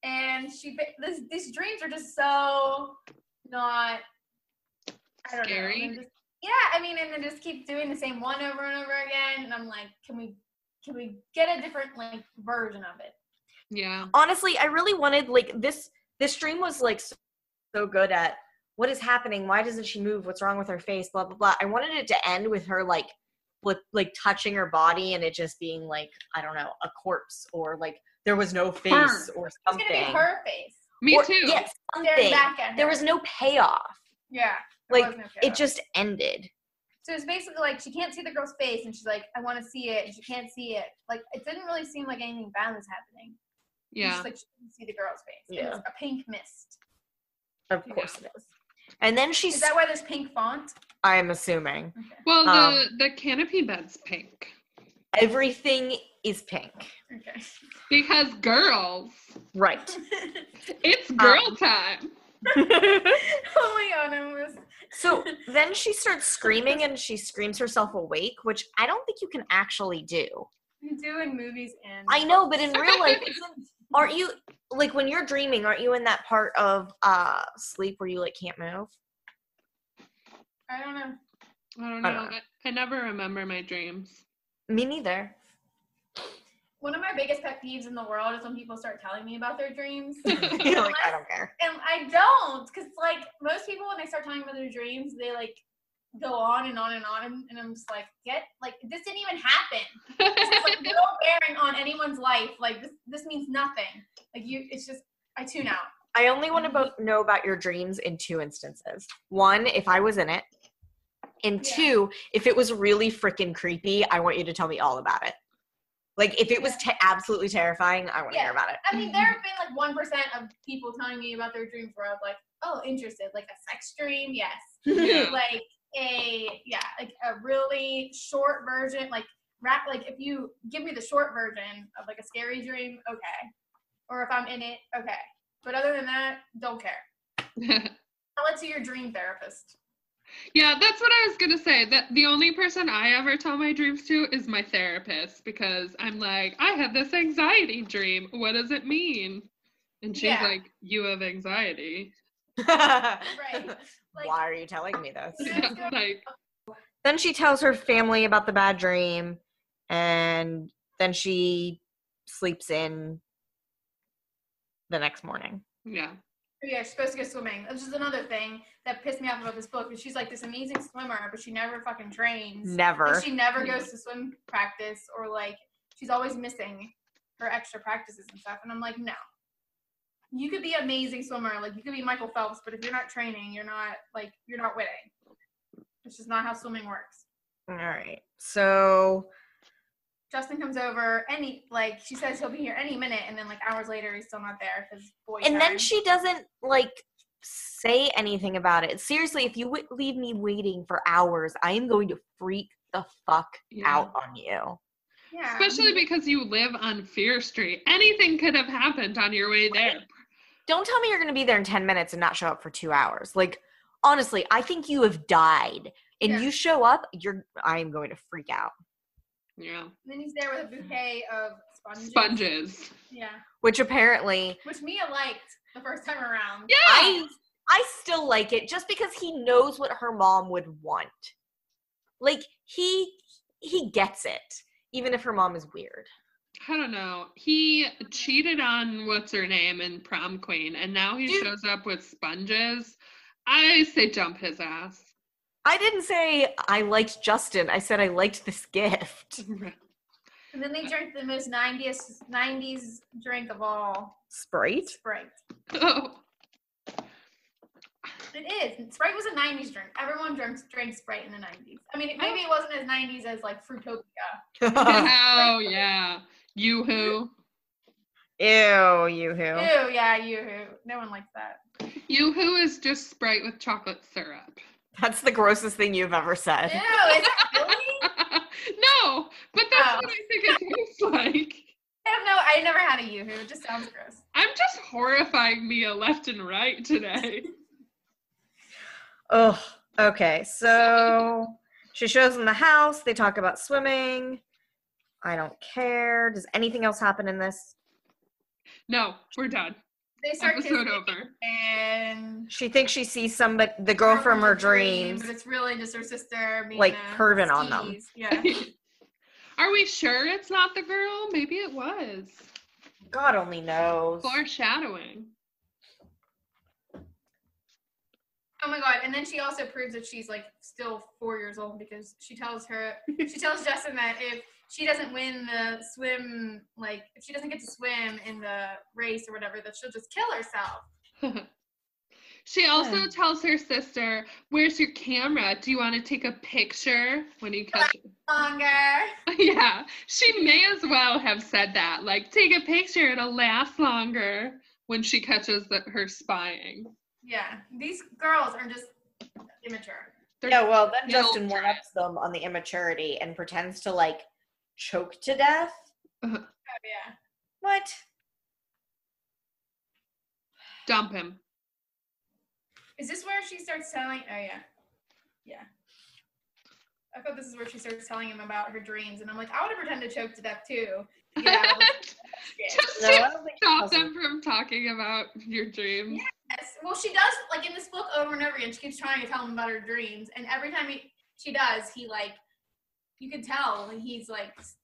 And she ba- this, these dreams are just so not I don't
Scary.
know. they're just- yeah, I mean, and then just keep doing the same one over and over again. And I'm like, can we can we get a different like version of it?
Yeah.
Honestly, I really wanted like this this dream was like so, so good at what is happening? Why doesn't she move? What's wrong with her face? Blah blah blah. I wanted it to end with her like with like touching her body and it just being like, I don't know, a corpse or like there was no face or
It's
something.
gonna be her face.
Me
Or-
too.
Yes,
Staring
something.
back at her.
There was no payoff.
yeah. there
Like
was no
it
payoff.
just ended.
So it's basically like she can't see the girl's face, and she's like, "I want to see it," and she can't see it. Like it didn't really seem like anything bad was happening. It's
Yeah.
just like she couldn't see the girl's face. It was a pink mist.
Of
Yeah.
course it is. And then she
Is that why there's pink font?
I'm assuming.
Well, the
Um,
the canopy bed's pink.
Everything is pink.
Okay.
Because girls,
<laughs> Right.
it's girl time.
oh my god, I almost.
So then she starts screaming and she screams herself awake, which I don't think you can actually do.
You do in movies and.
I know, but in real <laughs> life, isn't, aren't you like when you're dreaming? Aren't you in that part of uh sleep where you like can't move?
I don't know.
I don't know.
I don't
I, I never remember my dreams. <laughs>
Me neither. <laughs>
One of my biggest pet peeves in the world is when people start telling me about their dreams. <laughs>
You're like, I don't care.
and I don't, because like most people, when they start talking about their dreams, they like go on and on and on, and, and I'm just like, get like this didn't even happen. This has like no bearing on anyone's life. Like this, this means nothing. Like you, it's just I tune out.
I only want to
Mm-hmm.
bo- know about your dreams in two instances. One, if I was in it. And
Yeah.
two, if it was really freaking creepy, I want you to tell me all about it. Like if it was te- absolutely terrifying, I want to
Yeah.
hear about it.
I mean, there have been like one percent of people telling me about their dreams where I was like, oh, interested. Like a sex dream, yes.
Yeah.
like a yeah like a really short version like rap like if you give me the short version of like a scary dream okay or if i'm in it okay but other than that don't care tell it to your dream therapist
<laughs> yeah, that's what I was gonna say. That the only person I ever tell my dreams to is my therapist because I'm like, I had this anxiety dream. What does it mean? And she's
Yeah.
like, You have anxiety.
<laughs>
right like
Why are you telling
<laughs>
me
<laughs>
this?
Yeah.
I'm like,
then she tells her family about the bad dream and then she sleeps in the next morning
yeah.
yeah she's supposed to go swimming which is another thing that pissed me off about this book is she's like this amazing swimmer but she never fucking trains
never
Like, she never goes to swim practice or like she's always missing her extra practices and stuff. And I'm like, no. You could be an amazing swimmer, like you could be Michael Phelps, but if you're not training, you're not like you're not winning. Which is not how swimming works.
all right so
Justin comes over any like she says he'll be here any minute, and then like hours later he's still not there because boy.
and then
time.
she doesn't like say anything about it seriously if you would leave me waiting for hours i am going to freak the fuck
yeah.
out on you
yeah.
Especially because you live on Fear Street. Anything could have happened on your way there.
don't tell me you're going to be there in 10 minutes and not show up for two hours like honestly i think you have died and
Yeah.
you show up you're i am going to freak out
Yeah.
And then he's there
<laughs>
with a bouquet of sponges.
Sponges.
Yeah.
which apparently
Which Mia liked the first time around.
Yeah.
I I still like it just because he knows what her mom would want. Like he he gets it, even if her mom is weird.
I don't know. He cheated on what's her name in prom queen, and now he
Dude.
shows up with sponges. I say jump his ass. <laughs>
I didn't say I liked Justin. I said I liked this gift.
And then they drank the most 90s, 90s drink of all
<laughs> Sprite?
Sprite.
oh,
It is. Sprite was a 90s drink. Everyone drank, drank Sprite in the 90s. I mean, maybe it wasn't as 90s as like Fruitopia.
Uh.
oh yeah. You who?
Ew, you who.
Ew, yeah, yoo-hoo. No one likes that.
You who is just Sprite with chocolate syrup. <laughs>
That's the grossest thing you've ever
Ew, is
said. <laughs>
that really?
no, but that's
Oh.
what I think it tastes like.
I don't know. I never had a yoo-hoo. It just sounds gross.
I'm just horrifying Mia left and right today.
Ugh. Okay, so she shows in the house. They talk about swimming. I don't care. Does anything else happen in this?
No, we're done.
They start
Episode
kissing
over.
and...
She thinks she sees somebody, the girl from her dreams.
But it's really just her sister. Being
Like,
a
perving on them.
skeeze. Yeah.
Are we sure it's not the girl? Maybe it was.
God only knows.
Foreshadowing.
Oh my god! And then she also proves that she's like still four years old because she tells her she tells Justin that if she doesn't win the swim, like if she doesn't get to swim in the race or whatever, that she'll just kill herself.
she also
Yeah.
tells her sister, Where's your camera? Do you want to take a picture when you catch <laughs>
Longer.
Yeah. She may as well have said that. Like, take a picture, it'll last longer when she catches the, her spying.
Yeah, these girls are just immature.
They're-
No, well, then
No.
Justin one ups them on the immaturity and pretends to like
choked to death.
Oh, yeah.
What?
Dump him.
Is this where she starts telling? Oh yeah, yeah. I thought this is where she starts telling him about her dreams, and I'm like, I would have pretended to choke to death too. You
<laughs>
know, shit.
Just
No,
to
I don't think
stop
possible.
them from talking about your dreams.
Yes. Well, she does like in this book over and over again. She keeps trying to tell him about her dreams, and every time he, she does, he like, you can tell when he's like, "S-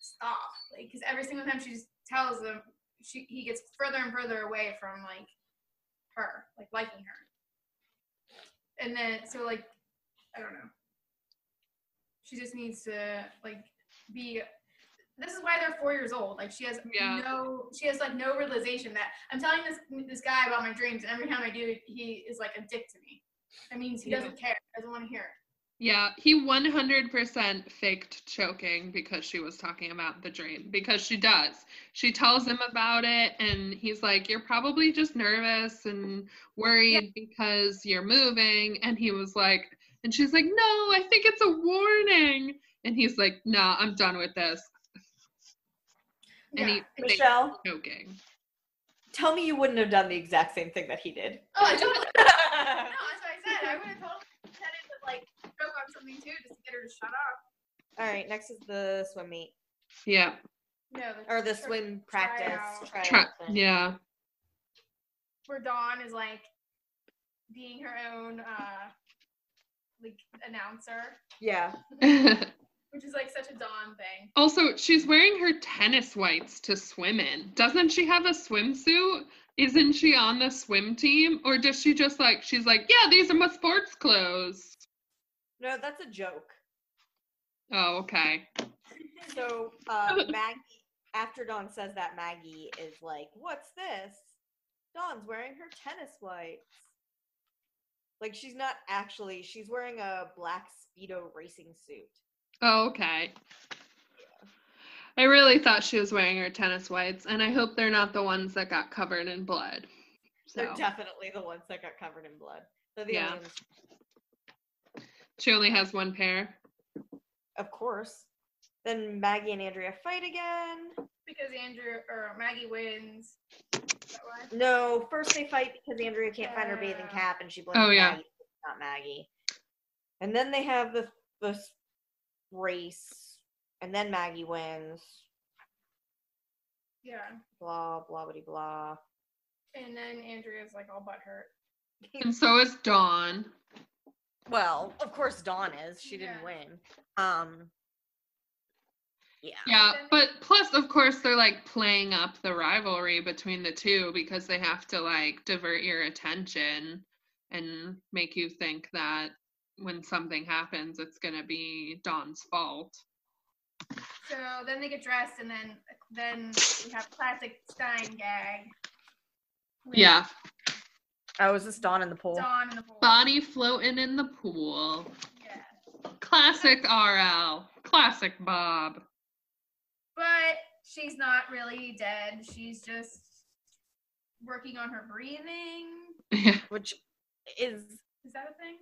stop, like because every single time she just tells him, she he gets further and further away from like her, like liking her, and then so like, I don't know. She just needs to like be. This is why they're four years old. Like she has
Yeah.
no, she has like no realization that I'm telling this this guy about my dreams, and every time I do, he is like a dick to me. That means he
Yeah.
doesn't care. Doesn't want to hear. it.
Yeah, he 100% faked choking because she was talking about the dream. Because she does. She tells him about it, and he's like, You're probably just nervous and worried because you're moving. And he was like, And she's like, No, I think it's a warning. And he's like, Nah, I'm done with this. And
Yeah.
he faked
Michelle,
choking.
tell me you wouldn't have done the exact same thing that he did.
<laughs> oh, I totally. No, that's what I said. I would have told him pretended to like choke on something too, just to get her to shut up.
<laughs> All right, next is the swim meet
Yeah.
No,
or the
that's-
swim practice.
Tryout.
tryout
Try-
thing.
yeah.
where Dawn is like being her own uh like announcer,
yeah.
<laughs>
which is like such a Dawn thing.
Also, she's wearing her tennis whites to swim in. Doesn't she have a swimsuit? Isn't she on the swim team? Or does she just like, she's like, yeah, these are my sports clothes.
No, that's a joke.
Oh, okay.
So
<laughs>
uh, Maggie, after Dawn says that, Maggie is like, "What's this?" Dawn's wearing her tennis whites. Like she's not actually. She's wearing a black speedo racing suit.
Oh, okay. I really thought she was wearing her tennis whites, and I hope they're not the ones that got covered in blood. So
They're definitely the ones that got covered in blood. They're the
Yeah.
only ones-
she only has one pair.
of course. Then Maggie and Andrea fight again.
Because Andrew or Maggie wins. Is that why?
No, first they fight because Andrea can't find her bathing
Uh,
cap and she blames
oh, yeah.
Maggie, not Maggie. And then they have the the s- race, and then Maggie wins.
Yeah.
Blah blah blah
<laughs>
blah.
And then Andrea's like all butthurt.
And so is Dawn.
Well, of course Dawn is. She didn't
Yeah.
win. Um. Yeah.
Yeah, but plus, of course, they're like playing up the rivalry between the two because they have to like divert your attention and make you think that when something happens, it's gonna be Dawn's fault.
So then they get dressed, and then then we have classic Stein gag. with
Yeah,
Oh, is this Dawn in the pool?
Dawn and the whole.
Bonnie floating in the pool.
Yeah.
Classic RL. Classic Bob. <laughs>
But she's not really dead. She's just working on her breathing.
Yeah.
Which is.
Is that a thing?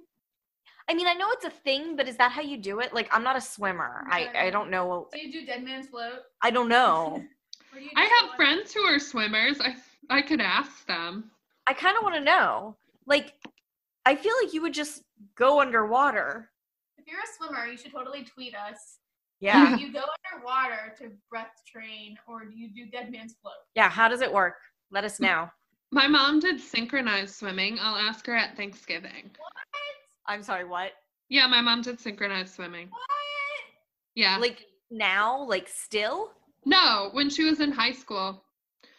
I mean, I know it's a thing, but is that how you do it? Like, I'm not a swimmer. I, I don't know.
Do you do dead man's float?
I
<laughs>
don't know.
Or do you
I
just
have
want-
friends who are swimmers. I I could ask them.
I kind of want to know. Like, I feel like you would just go underwater.
If you're a swimmer, you should totally tweet us.
Yeah.
<laughs>
Do you go underwater to breath train, or do you do dead man's float?
Yeah. How does it work? Let
Mm.
us know.
My mom did synchronized swimming. I'll ask her at Thanksgiving.
What?
I'm sorry, what?
Yeah, my mom did synchronized swimming.
What?
Yeah.
Like, now? Like, still?
No, when she was in high school,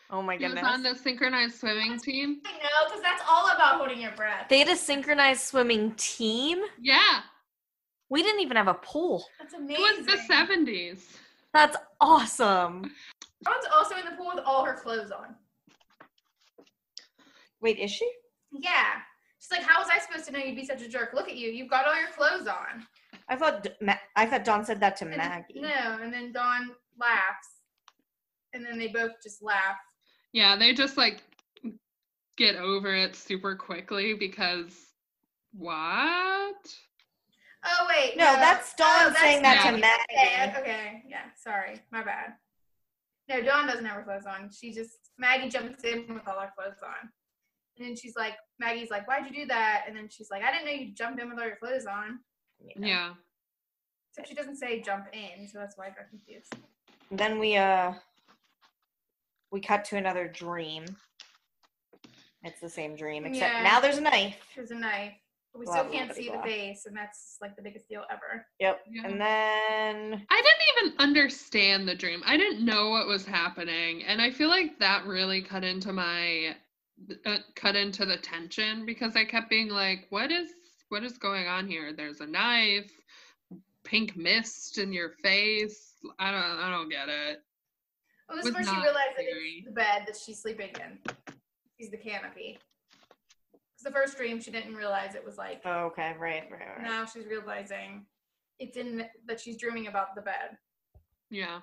Oh my
she was
goodness.
on the synchronized swimming team.
I know, because that's all about holding your breath.
They had a synchronized swimming team.
Yeah,
We didn't even have a pool.
That's
it
amazing.
was the 70s.
That's awesome.
Dawn's also in the pool with all her clothes on.
Wait, is she?
Yeah. She's like, how was I supposed to know you'd be such a jerk? Look at you. You've got all your clothes on.
I thought D- Ma- I thought Dawn said that to
And-
Maggie.
No, and then Dawn laughs. And then they both just laugh.
Yeah, they just like get over it super quickly because what?
Oh wait.
No, that's Dawn
Oh,
saying that
Dawn.
to Maggie.
Okay, okay, yeah. Sorry, my bad. No, Dawn doesn't have her clothes on. She just Maggie jumps in with all her clothes on, and then she's like, Maggie's like, "Why'd you do that?" And then she's like, "I didn't know you jumped in with all your clothes on."
Yeah.
Except she doesn't say jump in, so that's why I got confused.
Then we uh we cut to another dream. It's the same dream, except
Yeah.
now there's a knife.
There's a knife, but we
Blah,
still
blah,
can't
blah,
see the
blah.
face, and that's like the biggest deal ever.
Yep.
Yeah.
Mm-hmm.
And then
I didn't even understand the dream. I didn't know what was happening, and I feel like that really cut into my uh, cut into the tension because I kept being like, "What is what is going on here? There's a knife, pink mist in your face. I don't I don't get it."
Well, this
Was
is where she
not
realized that
scary.
it's the bed that she's sleeping in. She's the canopy. 'Cause the first dream, she didn't realize it was like
oh, okay, right, right, right.
now she's realizing it's in that she's dreaming about the bed.
Yeah.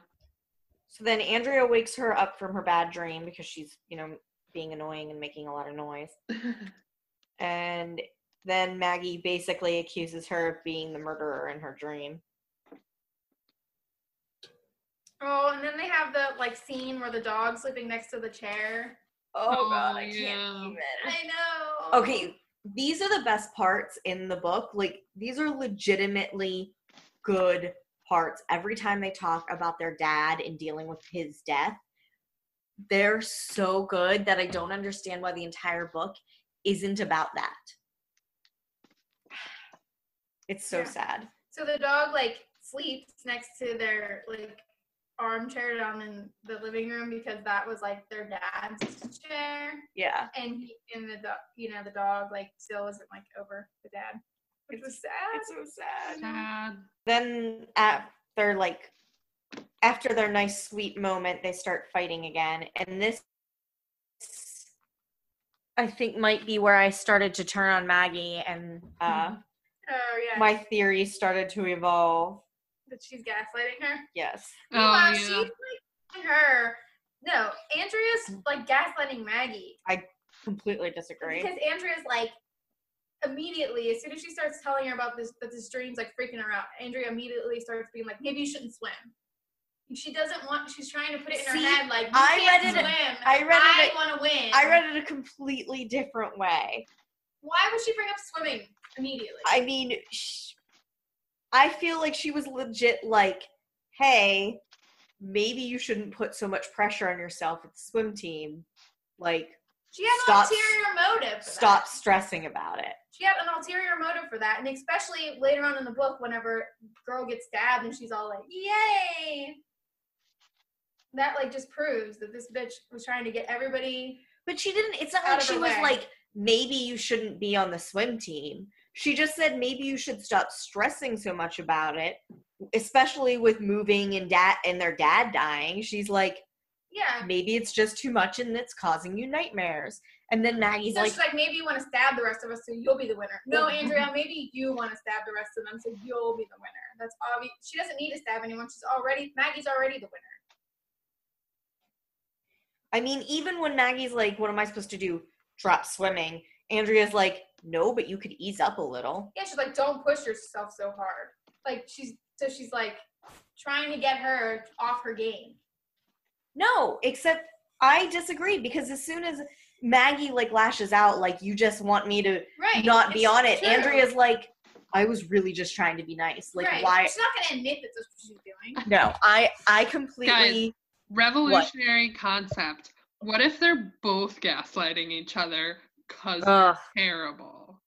So then Andrea wakes her up from her bad dream because she's, you know, being annoying and making a lot of
<laughs>
noise. And then Maggie basically accuses her of being the murderer in her dream.
Oh, and then they have the like scene where the dog's sleeping next to the chair.
Oh, God,
Oh,
I
yeah.
can't believe it.
I know.
Okay,
These are the best parts in the book. Like these are legitimately good parts. Every time they talk about their dad and dealing with his death,
they're so good that I don't understand why the entire book isn't about that.
it's so
Yeah.
sad.
So the dog like sleeps next to their like armchair down in the living room because that was like their dad's chair,
Yeah.
and he and the dog, you know, the dog like still isn't like over the dad, which was sad.
so sad.
Sad.
Then after like after their nice sweet moment, they start fighting again. And this
I think might be where I started to turn on Maggie and
uh
Oh yeah,
my theory started to evolve.
that she's gaslighting her.
Yes.
Meanwhile,
Oh
she's
yeah.
like her. No, Andrea's like gaslighting Maggie
Completely disagree.
because Andrea's like immediately as soon as she starts telling her about this that this dream's like freaking her out. Andrea immediately starts being like, maybe you shouldn't swim. And She doesn't want. She's trying to put it in
See,
her head like you
I
can't
read it-
swim.
I read it-
want to win.
I read it a completely different way.
Why would she bring up swimming immediately?
I mean, sh- I feel like she was legit like, hey, maybe you shouldn't put so much pressure on yourself with the swim team. Like,
she had
stop-
an ulterior motive. For
stop
That.
stressing about it.
She had an ulterior motive for that, and especially later on in the book, whenever girl gets stabbed and she's all like, "Yay!" That like just proves that this bitch was trying to get everybody
But she didn't. It's not
Out
like
of
she
her
was
way.
like, maybe you shouldn't be on the swim team.
She just said maybe you should stop stressing so much about it, especially with moving and dad and their dad dying. She's like,
Yeah.
maybe it's just too much and it's causing you nightmares. And then Maggie's
so
like,
she's like, maybe you want to stab the rest of us so you'll be the winner. No, Andrea, maybe you want to stab the rest of them so you'll be the winner. That's obvious. She doesn't need to stab anyone. She's already, Maggie's already the winner.
I mean, even when Maggie's like, what am I supposed to do? Drop swimming. Andrea's like, no, but you could ease up a little.
Yeah, she's like, don't push yourself so hard. Like, she's, so she's like trying to get her off her game.
No, except I disagree because as soon as Maggie like lashes out, like, you just want me to
Right.
not be
It's
on it,
true.
Andrea's like, I was really just trying to be nice. Like,
Right.
<laughs>
why?
She's not going to admit that that's what she's doing.
No, I I completely
Revolutionary concept. What if they're both gaslighting each other? Cause they're terrible.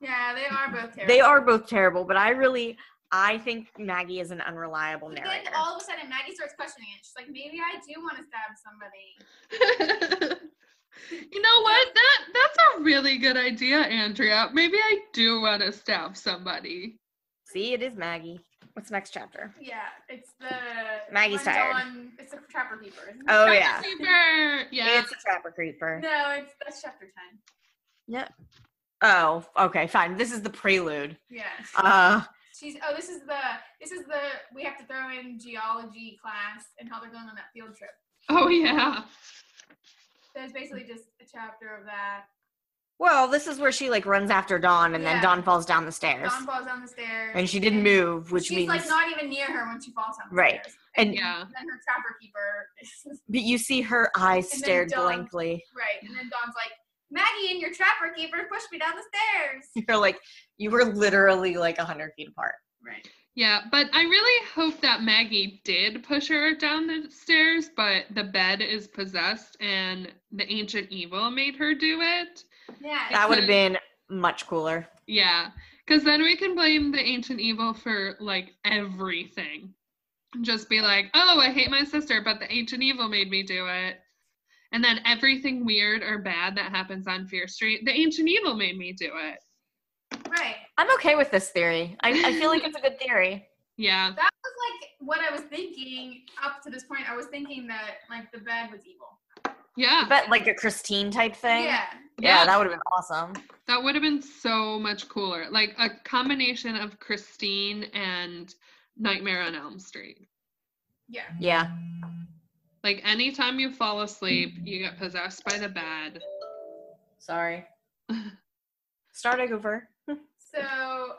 Yeah, they are both terrible.
They are both terrible, but I really, I think Maggie is an unreliable
But then
narrator.
all of a sudden, Maggie starts questioning it. She's like, maybe I do want to stab somebody.
<laughs> you know what? That that's a really good idea, Andrea. Maybe I do want to stab somebody.
See, it is Maggie. What's next chapter?
Yeah, it's the
Maggie's
one's
tired.
on- it's the Trapper Keeper. isn't it?
Oh yeah,
Super. Yeah.
it's a trapper creeper.
No, it's that's chapter ten.
Oh, okay, fine. This is the prelude.
Yeah.
Uh,
She's oh, this is the this is the we have to throw in geology class and how they're going on that field trip.
Oh yeah.
So it's basically just a chapter of that.
Well, this is where she like runs after Dawn, and
Yeah.
then Dawn falls down the stairs,
Dawn falls down the stairs.
and she didn't move, which
She's
means
like not even near her when she falls down the
Right.
stairs.
and
Yeah.
And then her trapper keeper is <laughs>
but you see her eyes
And then
stared
Dawn-
blankly. <laughs>
right. And then Dawn's like, Maggie and your trapper keeper pushed me down the stairs.
You're like you were literally like hundred feet apart.
<laughs> Right.
Yeah, but I really hope that Maggie did push her down the stairs, but the bed is possessed and the ancient evil made her do it.
Yeah.
That would have
could've-
been much cooler.
Yeah, because then we can blame the ancient evil for like everything. And Just be like, oh, I hate my sister, but the ancient evil made me do it. And then everything weird or bad that happens on Fear Street, the ancient evil made me do it.
Right.
I'm okay with this theory. I, I feel like it's a good theory.
Yeah,
That was like what I was thinking up to this point. I was thinking that like the bed was evil.
yeah,
But like a Christine type thing.
Yeah.
Yeah,
Yeah.
that would have been awesome.
that would have been so much cooler. Like a combination of Christine and Nightmare on Elm Street.
Yeah.
Yeah.
Like anytime you fall asleep, you get possessed by the bad.
<laughs>
Sorry. Start over. <laughs>
So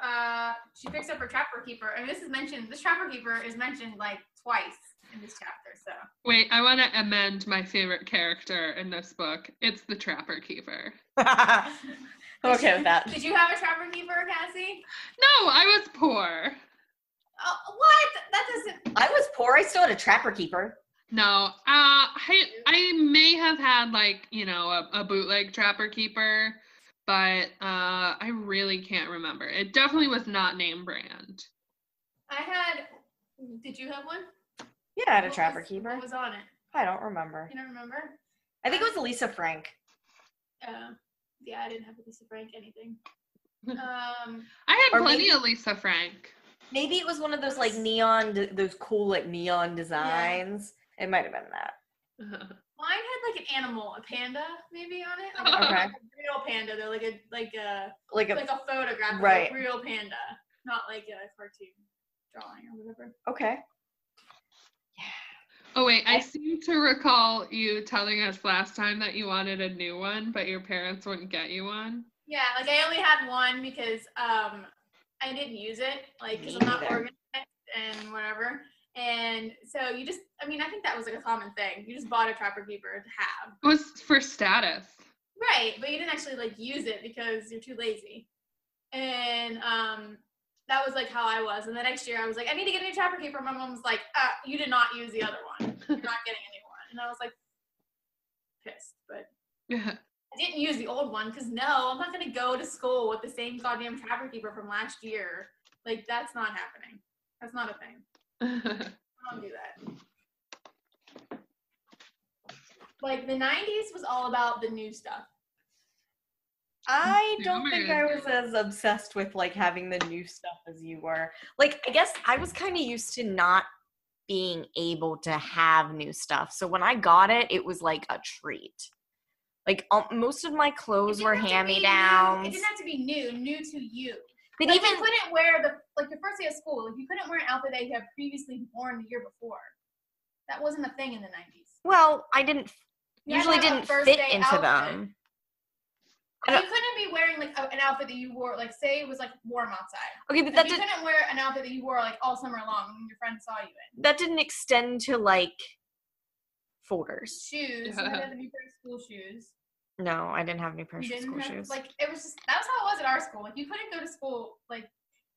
uh, she picks up her trapper keeper, and this is mentioned. This trapper keeper is mentioned like twice in this chapter. So
Wait, I want to amend my favorite character in this book. It's the Trapper Keeper.
I'm okay
<laughs>
with that.
did you have a trapper keeper, Cassie?
No, I was poor.
Oh, what? That doesn't.
I was poor. I still had a trapper keeper.
No, uh, I I may have had like you know a, a bootleg Trapper Keeper, but uh, I really can't remember. It definitely was not name brand.
I had. Did you have one?
Yeah, I had a
What
trapper
was-
keeper.
What was on it?
I don't remember.
You don't remember?
I think it was Elisa Frank.
Uh, yeah, I didn't have a piece of Frank
<laughs>
anything. Um,
I had
Or
plenty
maybe-
of Lisa Frank.
Maybe it was one of those like neon, de- those cool like neon designs. It might have been that.
mine had like an animal, a panda maybe on it. Like a,
Okay.
like a real panda though, like a like a
Like a
like a photograph, of
Right.
a real panda, not like a cartoon drawing or whatever.
okay.
Oh wait, I seem to recall you telling us last time that you wanted a new one, but your parents wouldn't get you one.
Yeah, like I only had one because um I didn't use it, like
Me
i I'm not
neither.
organized and whatever. And so you just, I mean, I think that was like a common thing. You just bought a trapper keeper to have,
It was for status. <laughs>
right? But you didn't actually like use it because you're too lazy. And um, that was like how I was. And the next year, I was like, I need to get a new trapper keeper. My mom was like, uh, You did not use the other one. You're not getting a new one. And I was like, pissed, but I didn't use the old one because no, I'm not gonna go to school with the same goddamn trapper keeper from last year. Like that's not happening. That's not a thing. I don't do that. Like the '90s was all about the new stuff.
I don't think I
Consumerism.
was as obsessed with like having the new stuff as you were. Like I guess I was kind of used to not being able to have new stuff. So when I got it, it was like a treat. Like um, most of my
It
clothes
didn't
were
have to be new- It
hand-me-downs.
didn't have to be new. New to you.
But
like,
even
you couldn't wear the like your first day of school. Like you couldn't wear an outfit that you had previously worn the year before. That wasn't a thing in the '90s.
well, I didn't
You had to have
usually
a
didn't
first
fit
day
into
outfit.
them. I
And you couldn't be wearing like a- an outfit that you wore. Like say it was like warm outside.
Okay, but
Like,
that
you
did,
couldn't wear an outfit that you wore like all summer long when your friends saw you in.
that didn't extend to like folders.
Shoes, you had to be wearing school shoes.
No, I didn't have any
You
pairs of
didn't
school
have-
shoes.
Like it was just that was how it was at our school. Like you couldn't go to school like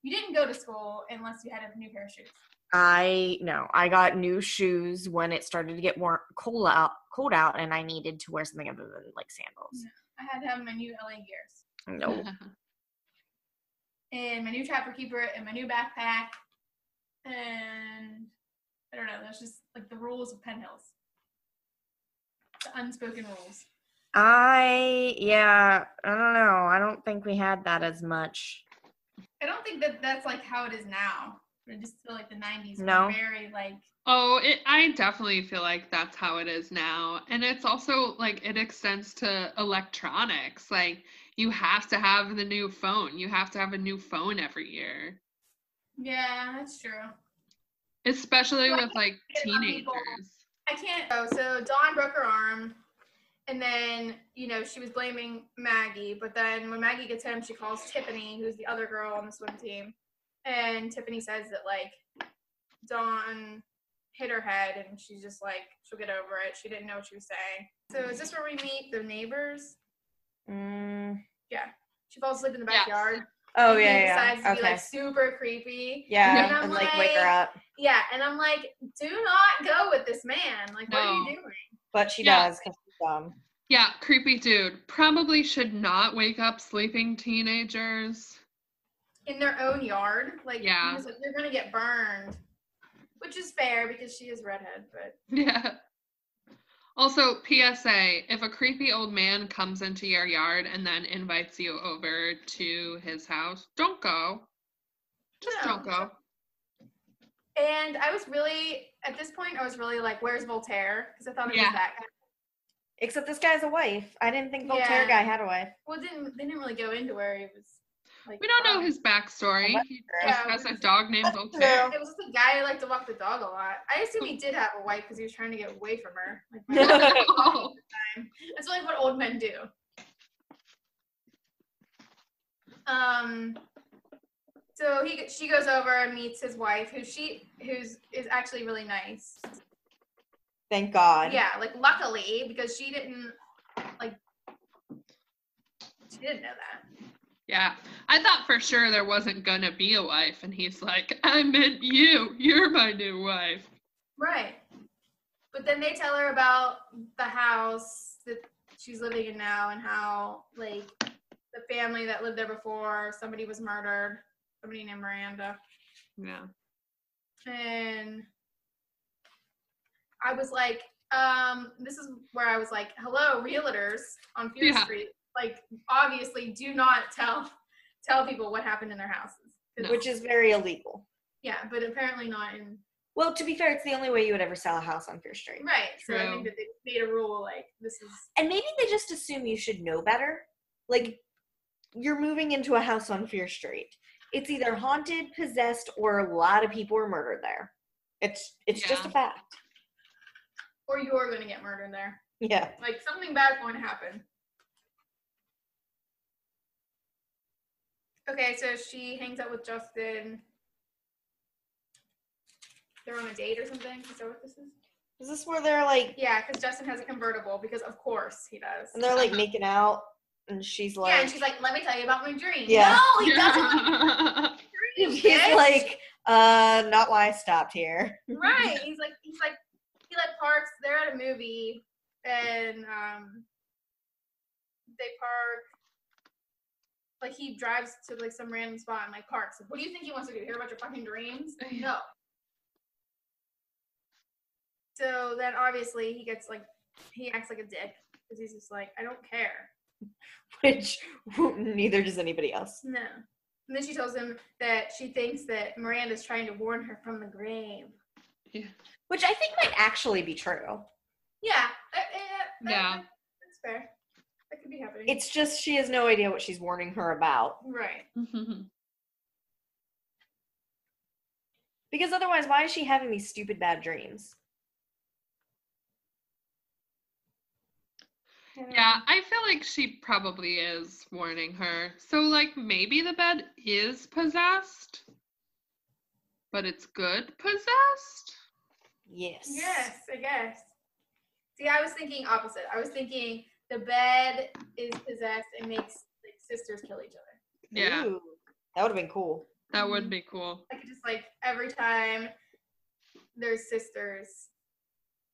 you didn't go to school unless you had a new pair of shoes.
I no, I got new shoes when it started to get warm, cold out, cold out, and I needed to wear something other than like sandals.
I had to have my new LA gears
No,
and my new trapper keeper and my new backpack and I don't know. That's just like the rules of Penn Hills. The unspoken rules.
I yeah, I don't know. I don't think we had that as much.
I don't think that that's like how it is now. I just feel like the '90s
No.
were very like
Oh, it, I definitely feel like that's how it is now. And it's also like it extends to electronics. Like you have to have the new phone. You have to have a new phone every year,
yeah, that's true.
especially
Well, I
with like
think a lot of people-
teenagers.
I can't. Oh, so Dawn broke her arm, and then you know she was blaming Maggie, but then when Maggie gets home, she calls Tiffany, who's the other girl on the swim team, and Tiffany says that like Dawn hit her head, and she's just like she'll get over it. She didn't know what she was saying. So is this where we meet the neighbors?
Mm.
She falls asleep in the
Yes.
backyard.
Oh
and he
yeah,
Decides
yeah.
to be
Okay.
like super creepy.
Yeah,
And I'm
and like wake her
like-
up,
Yeah, and I'm like, do not go with this man. Like, what are you
No.
doing?
but she
Yeah.
does because she's dumb.
Yeah, creepy dude. Probably should not wake up sleeping teenagers.
in their own yard. Like,
Yeah.
he was like, you're gonna get burned, which is fair because she is redhead. But
<laughs> Yeah. Also, PSA if a creepy old man comes into your yard and then invites you over to his house, don't go. Just
No.
don't go.
and I was really at this point, I was really like, where's Voltaire? Because I thought it
Yeah.
was that guy.
Except this guy's a wife. I didn't think Voltaire
Yeah.
guy had a wife.
Well, it didn't they didn't really go into where he was. Like,
We don't know
from.
his backstory.
That's
He
true.
just
Yeah,
has
we
a
just-
dog named
That's
Voltaire.
It was just a guy who liked to walk the dog a lot. I assume he did have a wife because he was trying to get away from her.
<laughs>
Like, my- <laughs>
Oh,
That's like what old men do. Um. So he she goes over and meets his wife, who she who's is actually really nice.
Thank God.
Yeah, like luckily because she didn't like she didn't know that.
yeah. I thought for sure there wasn't gonna be a wife, and he's like, I meant you. You're my new wife.
Right. But then they tell her about the house that she's living in now and how like the family that lived there before somebody was murdered, somebody named Miranda.
Yeah.
and I was like, um, this is where I was like, hello, realtors on Fear
Yeah.
Street. Like, obviously, do not tell tell people what happened in their houses. 'Cause-
Which is very illegal.
yeah, but apparently not in
Well, to be fair, it's the only way you would ever sell a house on Fear Street.
right. So I
True.
think that they made a rule like this is
And maybe they just assume you should know better. Like, you're moving into a house on Fear Street. It's either haunted, possessed, or a lot of people were murdered there. It's it's just a
Yeah.
fact.
or you're gonna get murdered there.
Yeah.
Like something bad's going to happen. Okay, so she hangs out with Justin. They're on a date or something. Is that what this is?
Is this where they're like
Yeah, because Justin has a convertible because of course he does.
and they're like making out and she's like
Uh-huh. yeah, and she's like, "Let me tell you about my dream."
Yeah.
<laughs>
No, he doesn't. want
<laughs>
to dream,
He's
bitch.
like, uh, not why I stopped here. <laughs>
right. He's like, he's like, he like parks. They're at a movie, and um, they park. Like he drives to like some random spot and like parks. What do you think he wants to do? Hear about your fucking dreams? No. So then obviously he gets like he acts like a dick because he's just like I don't care.
Which neither does anybody else.
No. And then she tells him that she thinks that Miranda's trying to warn her from the grave.
Which I think might actually be true.
Yeah. uh, uh, uh,
Yeah.
That's fair. That could be happening.
It's just she has no idea what she's warning her about.
right.
Mm-hmm.
Because otherwise, why is she having these stupid bad dreams?
Yeah, I feel like she probably is warning her. So, like, maybe the bed is possessed, but it's good possessed?
Yes.
Yes, I guess. See, I was thinking opposite. I was thinking the bed is possessed and makes like sisters kill each other.
Yeah.
Ooh, that would have been cool.
That would
Mhm.
be cool.
Like just like every time there's sisters,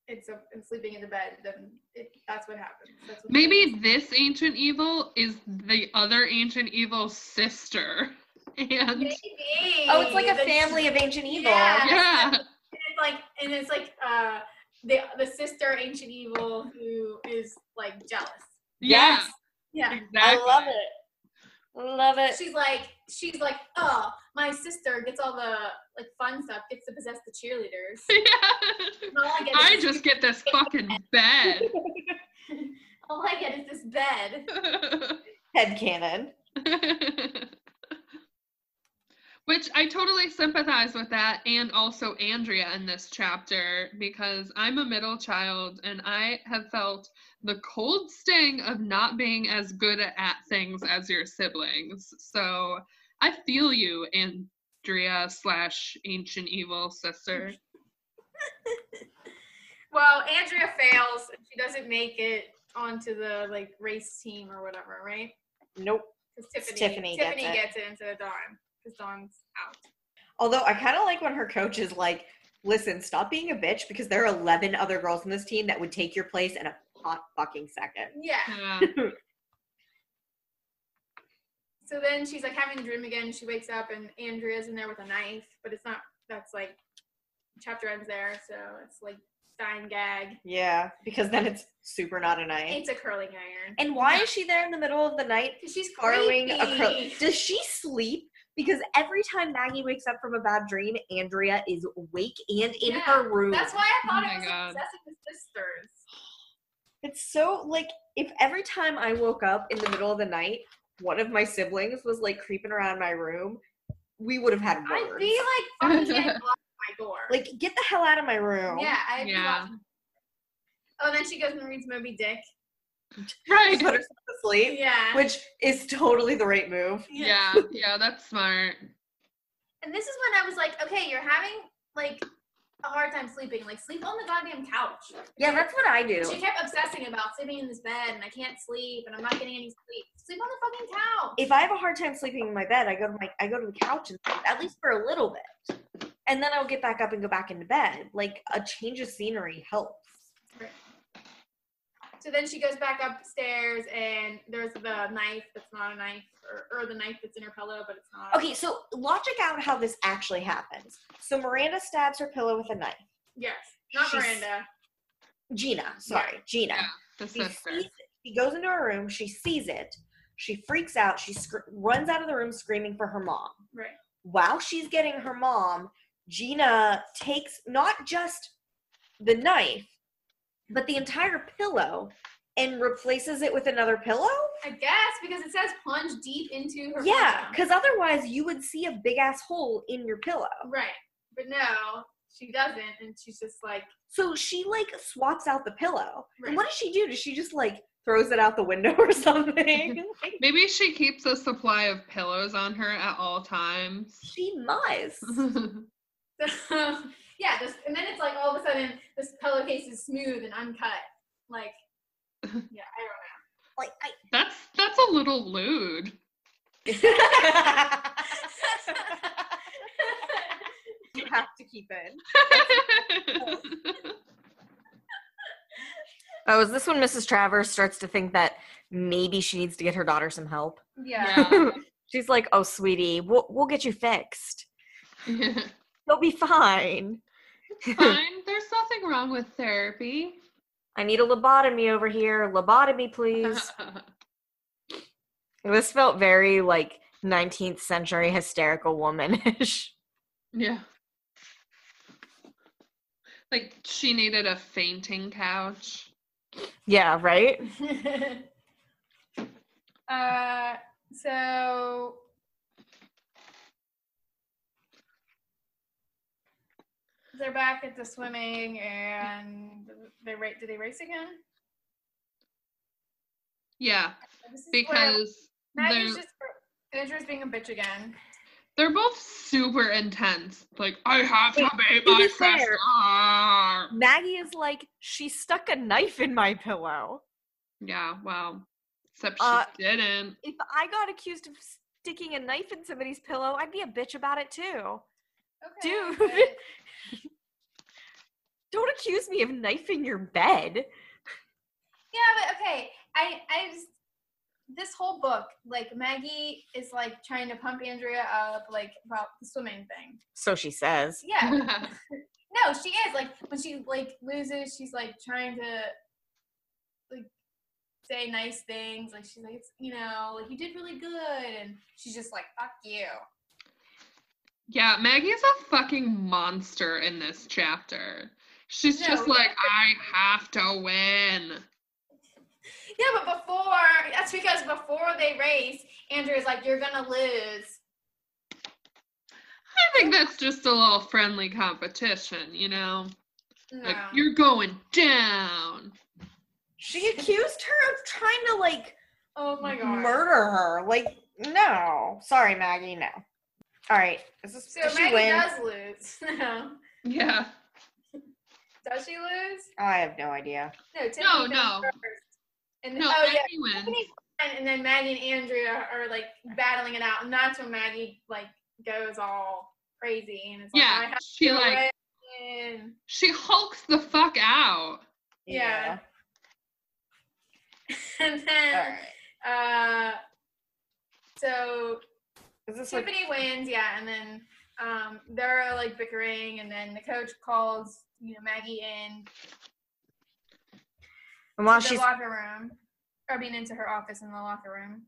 it's up and sleeping in the bed, then it, that's what happens. That's what
Maybe this ancient evil is the other ancient evil sister. <laughs> And
Maybe.
Oh, it's like a
The-
family of ancient evil.
Yeah.
yeah,
and it's like and it's like uh the the sister ancient evil who is like jealous
yeah,
yeah
exactly.
I love it. I Love it.
she's like she's like oh my sister gets all the like fun stuff gets to possess the cheerleaders
Yeah.
And all i get is,
<laughs> I just get this fucking bed.
<laughs>
<laughs>
all i get is this bed
Head cannon.
Which <laughs> Which I totally sympathize with that, and also Andrea in this chapter, because I'm a middle child and I have felt the cold sting of not being as good at things as your siblings. So I feel you, Andrea slash ancient evil sister.
Well, Andrea fails. She doesn't make it onto the like race team or whatever, right?
Nope.
Because Tiffany,
Tiffany
Tiffany,
gets it.
gets it instead of Dawn. Because Dawn's out.
Although I kind of like when her coach is like, listen, stop being a bitch because there are 11 other girls in this team that would take your place in a hot fucking second.
Yeah.
Yeah.
So then she's like having a dream again. She wakes up and Andrea's in there with a knife, but it's not. That's like chapter ends there, so it's like dying gag.
Yeah, because then it's super not a night.
It's a curling iron.
And why is she there in the middle of the night
Because she's
carving a crow?
creepy.
Does she sleep? Because every time Maggie wakes up from a bad dream, Andrea is awake and in
Yeah,
her room.
That's why I thought
Oh
it
my
was
God.
obsessing the sisters.
It's so like if every time I woke up in the middle of the night, one of my siblings was like creeping around my room, we would have had words.
I'd be like fucking getting <laughs> blocked at my door.
like, get the hell out of my room.
yeah, I'd be
Yeah.
watching. Oh, and then she goes and reads Moby Dick.
<laughs> Put
Right.
herself to sleep,
Yeah.
which is totally the right move.
Yeah. Yeah, that's smart.
And this is when I was like, okay, you're having like a hard time sleeping. Like sleep on the goddamn couch.
Yeah, that's what I do.
She kept obsessing about sleeping in this bed and I can't sleep and I'm not getting any sleep. Sleep on the fucking couch.
If I have a hard time sleeping in my bed, I go to my I go to the couch and sleep, at least for a little bit, and then I'll get back up and go back into bed. Like a change of scenery helps.
So then she goes back upstairs and there's the knife that's not a knife or, or the knife that's in her pillow, but it's not.
Okay, so logic out how this actually happens. So Miranda stabs her pillow with a knife.
Yes. Not
She's-
Miranda.
Gina, sorry, Gina.
Yeah. The
She,
sister.
sees it. she goes into her room. She sees it. She freaks out. She scr- runs out of the room screaming for her mom.
Right.
While she's getting her mom, Gina takes not just the knife, but the entire pillow and replaces it with another pillow?
I guess because it says plunge deep into her.
Yeah,
bosom.
because otherwise you would see a big ass hole in your pillow.
Right. But no, she doesn't, and she's just like,
So she like swaps out the pillow.
Right.
And what does she do? Does she just like throws it out the window <laughs> or
<laughs>
something? Like,
Maybe she keeps a supply of pillows on her at all times.
she
<laughs>
<laughs>
must.
<laughs> yeah. This, and then it's like all of a sudden this pillowcase is smooth and uncut.
<laughs>
Like, yeah, I don't know.
Like
<laughs>
I
That's that's a little lewd.
you have to keep in.
Oh, is this when Mrs. Travers starts to think that maybe she needs to get her daughter some help?
Yeah.
She's like, "Oh, sweetie, we'll we'll get you fixed.
Yeah.
You'll be fine.
Fine. There's nothing wrong with therapy.
I need a lobotomy over here. Lobotomy,
<laughs>
please." this felt very like 19th century hysterical womanish.
<laughs>
<laughs>
yeah. Like she needed a fainting couch.
Yeah, right?
<laughs> uh, so they're back at the swimming, and they ra- did they race again?
Yeah,
This is where
because
Maggie's
they're
just Andrew's being a bitch again.
they're both super intense. Like I have to be
be
my
fair-
sister.
Maggie is like, she stuck a knife in my pillow.
Yeah. Wow. Except she
Uh,
didn't.
If I got accused of sticking a knife in somebody's pillow, I'd be a bitch about it too. Dude.
but-
Don't accuse me of knifing your bed.
<laughs> Yeah, but okay. I I just this whole book, like Maggie is like trying to pump Andrea up, like about the swimming thing.
So she says.
Yeah,
<laughs>
no, she is like when she like loses, she's like trying to like say nice things. Like she's like, it's, you know, like you did really good, and she's just like, fuck you.
Yeah, Maggie's a fucking monster in this chapter. She's
No,
just like, I have to win.
Yeah, but before that's because before they race, Andrea's like, you're gonna lose.
think that's just a little friendly competition, you know? Like,
No.
you're going down.
She accused her of trying to like
oh my god.
murder her. Like, no. Sorry, Maggie, no. All right. Is this,
So
does she
Maggie
win?
does lose. <laughs> No.
Yeah.
Does she lose?
I have no idea.
No. Tiffany
No,
finished
no.
First. And
No,
oh yeah,
Maggie wins.
Tiffany won, and then Maggie and Andrea are like battling it out, and that's when Maggie like goes all crazy and it's like, I
Yeah,
have
she
to
like
win.
she hulks the fuck out.
Yeah. <laughs> And then,
All
uh,
right.
so
Is this what?
Tiffany wins, yeah, and then um, they're like bickering, and then the coach calls you know Maggie in
And while
the
she's
locker room, or being into her office in the locker room.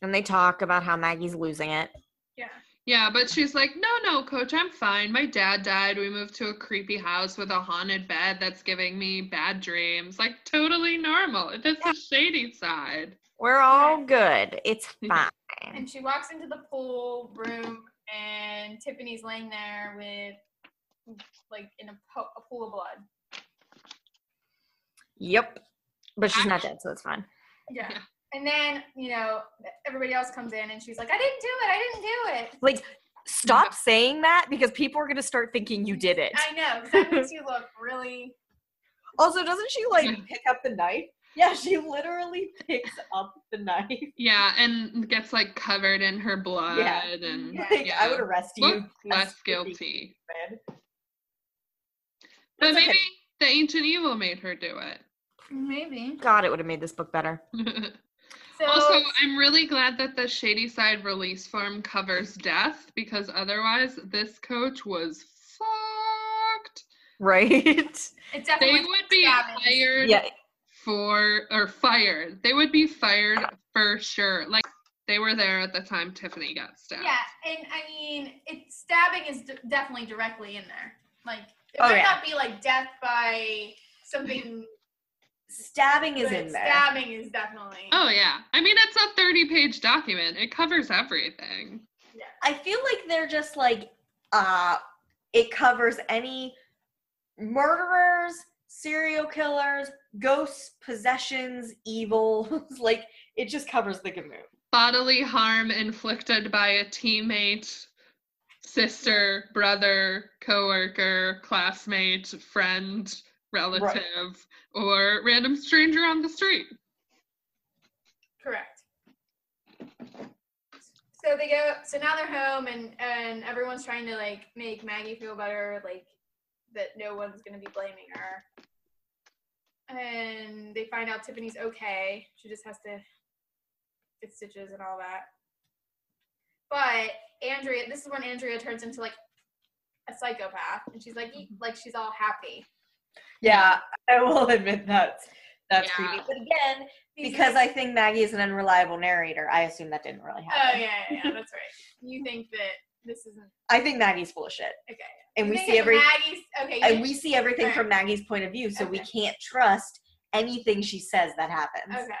and they talk about how Maggie's losing it.
Yeah,
Yeah, but she's like, no, no, coach, I'm fine. My dad died. We moved to a creepy house with a haunted bed that's giving me bad dreams. Like, totally normal. It is the shady side.
We're all good.
<laughs>
It's
Yeah.
fine.
and she walks into the pool room, and Tiffany's laying there with like in a, po- a pool of blood.
Yep. But she's not dead, so it's fine.
Yeah.
Yeah.
And then, you know, everybody else comes in and she's like, I didn't do it. I didn't do it.
Stop saying that because people are gonna start thinking you did it.
I know. 'cause That makes you look really.
<laughs> Also, doesn't she like pick up the knife? Yeah, she literally picks up the knife. <laughs>
Yeah, and gets like covered in her blood.
Yeah.
And
Yeah.
Like, I
yeah,
would arrest you.
look less
That's pretty
guilty.
stupid.
But
It's okay.
maybe the ancient evil made her do <laughs>
Maybe.
God, it would have made this book better. <laughs>
it.
So,
also, I'm really glad that the shady side release form covers death because otherwise, this coach was fucked.
Right?
it
they
definitely
would be
stabbing.
fired
yeah.
for or fired. They would be fired for sure. Like they were there at the time Tiffany got stabbed.
Yeah, and I mean, it stabbing is d- definitely directly in there. Like, it
Oh,
might
yeah.
not be like death by something.
Stabbing is
but
in there.
Stabbing is definitely.
Oh yeah. I mean it's a 30 page document. It covers everything.
I feel like they're just like, uh, it covers any murderers, serial killers, ghosts, possessions, evils. <laughs> like, it just covers the gamut.
Bodily harm inflicted by a teammate, sister, brother, coworker, classmate, friend, relative, or random stranger on the street.
Correct. So they go. So now they're home, and and everyone's trying to like make Maggie feel better, like that no one's gonna be blaming her. And they find out Tiffany's okay. She just has to get stitches and all that. But Andrea, this is when Andrea turns into like a psychopath, and she's like, like she's all happy
Yeah, I will admit that's that's
Yeah.
creepy. But again, because I think Maggie is an unreliable narrator, I assume that didn't really
Oh
happen.
yeah, yeah, yeah, that's right. You think that this isn't
I think Maggie's full of shit.
Okay.
And
You
we
think
see
it's
every
Maggie's, okay. you
and
think-
we see everything from Maggie's point of view, so we
Okay.
can't trust anything she says that happens.
Okay.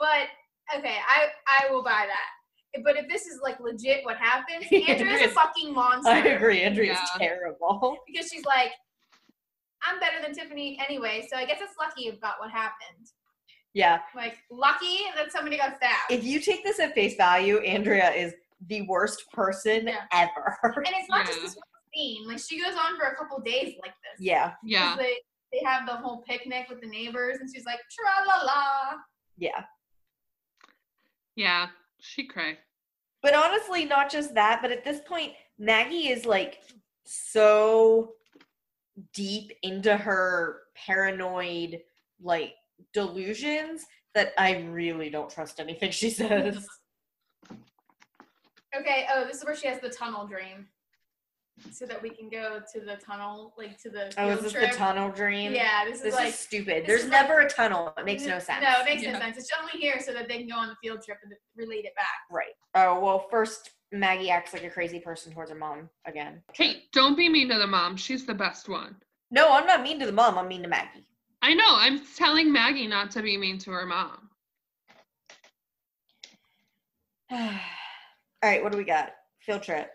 But okay, I I will buy that. But if this is like legit what
<laughs>
happened, Andrea's a
Andrea's-
fucking monster.
I agree, Andrea's
Yeah.
terrible.
Because she's like, I'm better than Tiffany anyway, so I guess it's lucky about what happened.
Yeah.
Like lucky that somebody got stabbed.
If you take this at face value, Andrea is the worst person
Yeah.
ever. <laughs>
and it's not just
Yeah.
this one scene. Like she goes on for a couple days like this.
yeah.
'Cause
Yeah.
They, they have the whole picnic with the neighbors, and she's like, tra la la.
Yeah.
Yeah. She cried.
But honestly, not just that, but at this point, Maggie is like so deep into her paranoid, like delusions that I really don't trust
<laughs>
anything she says.
Okay, oh, this is where she has the tunnel dream. So that we can go to the tunnel, like to the
oh,
field
is this
trip.
the tunnel dream?
Yeah, this,
This
is like
is stupid.
this
There's
is like-
never a tunnel. It makes no sense.
No, it makes no
Yeah.
sense. It's only here so that they can go on the field trip and relate it back.
Right. Oh, well, first, Maggie acts like a crazy person towards her mom again.
Hey, don't be mean to the mom. She's the best one.
No, I'm not mean to the mom. I'm mean to Maggie. <sighs>
I know. I'm telling Maggie not to be mean to her mom.
All right, what do we got? Field trip.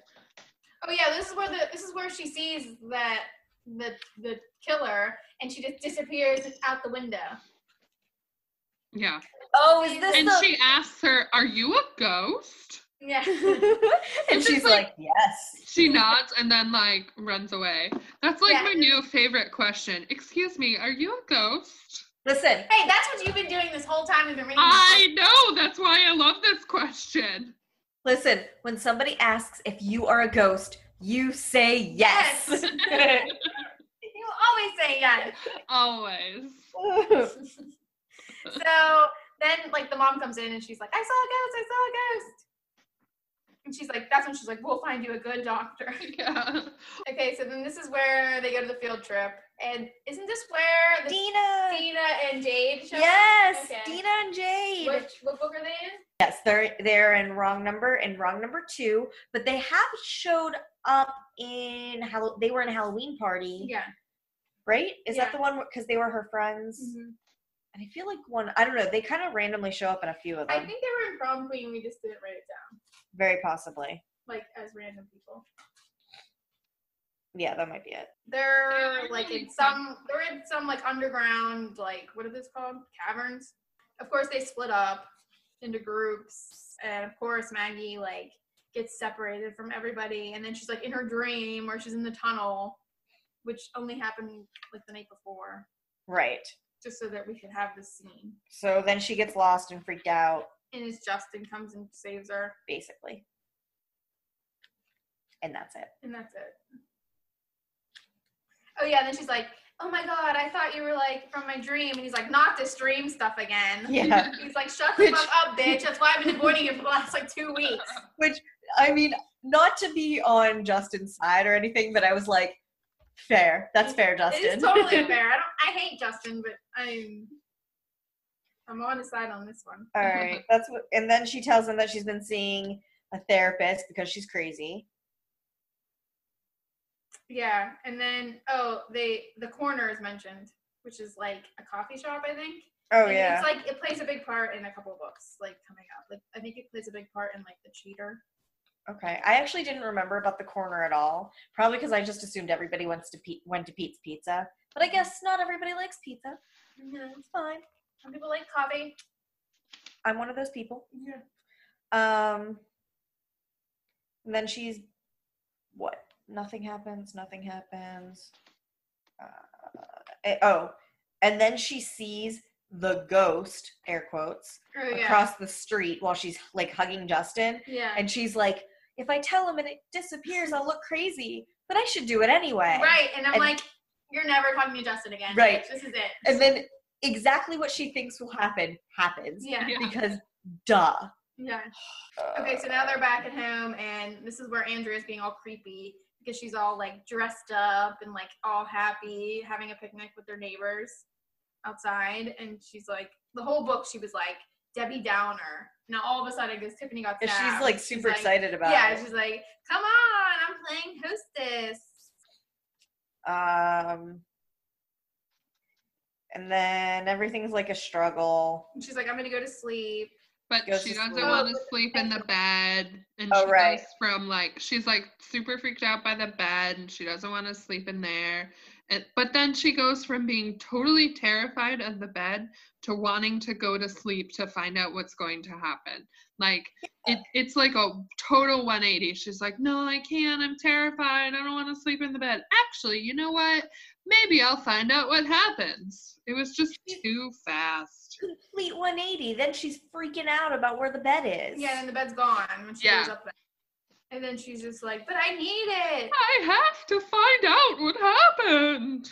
Oh yeah, this is where the this is where she sees that the the killer and she just disappears out the window.
Yeah.
Oh, is this <laughs>
And
the?
she asks her, Are you a ghost?
<laughs>
Yeah.
and
<laughs>
It's just
she's like, yes.
She nods and then like runs away. That's like
Yeah.
my new favorite question. Excuse me, are you a ghost?
Listen,
Hey, that's what you've been doing this whole time. We've been reading. this book.
I know, that's why I love this question.
listen. When somebody asks if you are a ghost, you say yes. <laughs>
You always say yes.
Always. <laughs>
so then, like, the mom comes in and she's like, I saw a ghost. I saw a ghost. And she's like, that's when she's like, we'll find you a good doctor. <laughs>
Yeah.
okay, so then this is where they go to the field trip. And isn't this where the
Dina.
Dina and Jade show up?
Yes,
Okay.
Dina and Jade.
What, what book are they in?
Yes, they're they're in wrong number and wrong number two, but they have showed up in Hall- they were in a Halloween party,
Yeah.
right? Is
Yeah. Mm-hmm.
that the one because they were her friends? And I feel like one I don't know, they kind of randomly show up in a few of
I
them,
think they were in prom queen. We just didn't write it down,
very possibly.
like, as random people.
Yeah, that might be it.
They're
Yeah,
like in
really
some they're in some like underground like what are those called? Caverns. Of course they split up into groups and of course Maggie like gets separated from everybody and then she's like in her dream or she's in the tunnel which only happened like the night before
Right.
just so that we could have this scene.
So then she gets lost and freaked out,
And it's Justin comes and saves her
basically. And
<laughs>
that's it.
and that's it. Oh yeah, and then she's like, "Oh my god, I thought you were like from my dream." And he's like, "Not this dream stuff again."
Yeah.
He's like, shut the
Bitch.
fuck up, bitch. That's why I've been avoiding you for the last like two weeks.
I mean, not to be on Justin's side or anything, but I was like, fair. That's fair, Justin.
It is
<laughs>
totally fair. I don't. I hate Justin, but I'm. I'm on his side on this one.
All right. That's what. And then she tells him that she's been seeing a therapist because she's crazy.
Yeah, and then oh, they the corner is mentioned, which is like a coffee shop, I think.
Oh
And
yeah.
It's like it plays a big part in a couple books, like coming up. Like I think it plays a big part in like the cheater.
okay. I actually didn't remember about the corner at all. Probably because I just assumed everybody went to Pete went to Pete's Pizza. But I guess not everybody likes pizza. It's fine.
Some people like coffee.
I'm one of those people.
Yeah.
Um. And then she's what? Nothing happens. Nothing happens. Uh, eh, oh, and then she sees the ghost air quotes
Oh yeah.
across the street while she's like hugging Justin.
yeah.
And she's like, if I tell him and it disappears, I'll look crazy, but I should do it anyway.
right, and I'm
and-
like, you're never talking to Justin again.
Right.
This is it.
And then exactly what she thinks will happen happens
Yeah.
Yeah.
because duh.
Yeah.
Uh,
Okay, so now they're back at home, and this is where Andrea's being all creepy because she's all like dressed up and like all happy, having a picnic with their neighbors outside. And she's like, the whole book, she was like Debbie Downer. Now all of a sudden, because Tiffany got
And
stabbed,
she's like super
like-
excited about
Yeah,
it.
she's like, come on, I'm playing hostess.
Um, and then everything's like a struggle.
And she's like, I'm gonna go to sleep.
But
Goes
she
to
doesn't
sleep.
want to sleep in the bed. And
Oh,
she
right.
goes from like she's like super freaked out by the bed and she doesn't want to sleep in there. And, but then she goes from being totally terrified of the bed to wanting to go to sleep to find out what's going to happen. Like it, it's like a total 180. She's like, no, I can't. I'm terrified. I don't want to sleep in the bed. Actually, you know what? Maybe I'll find out what happens. It was just too fast.
Complete 180. Then she's freaking out about where the bed is.
Yeah, and the bed's gone when she
Yeah.
goes up there. And then she's just like, but I need it.
I have to find out what happened.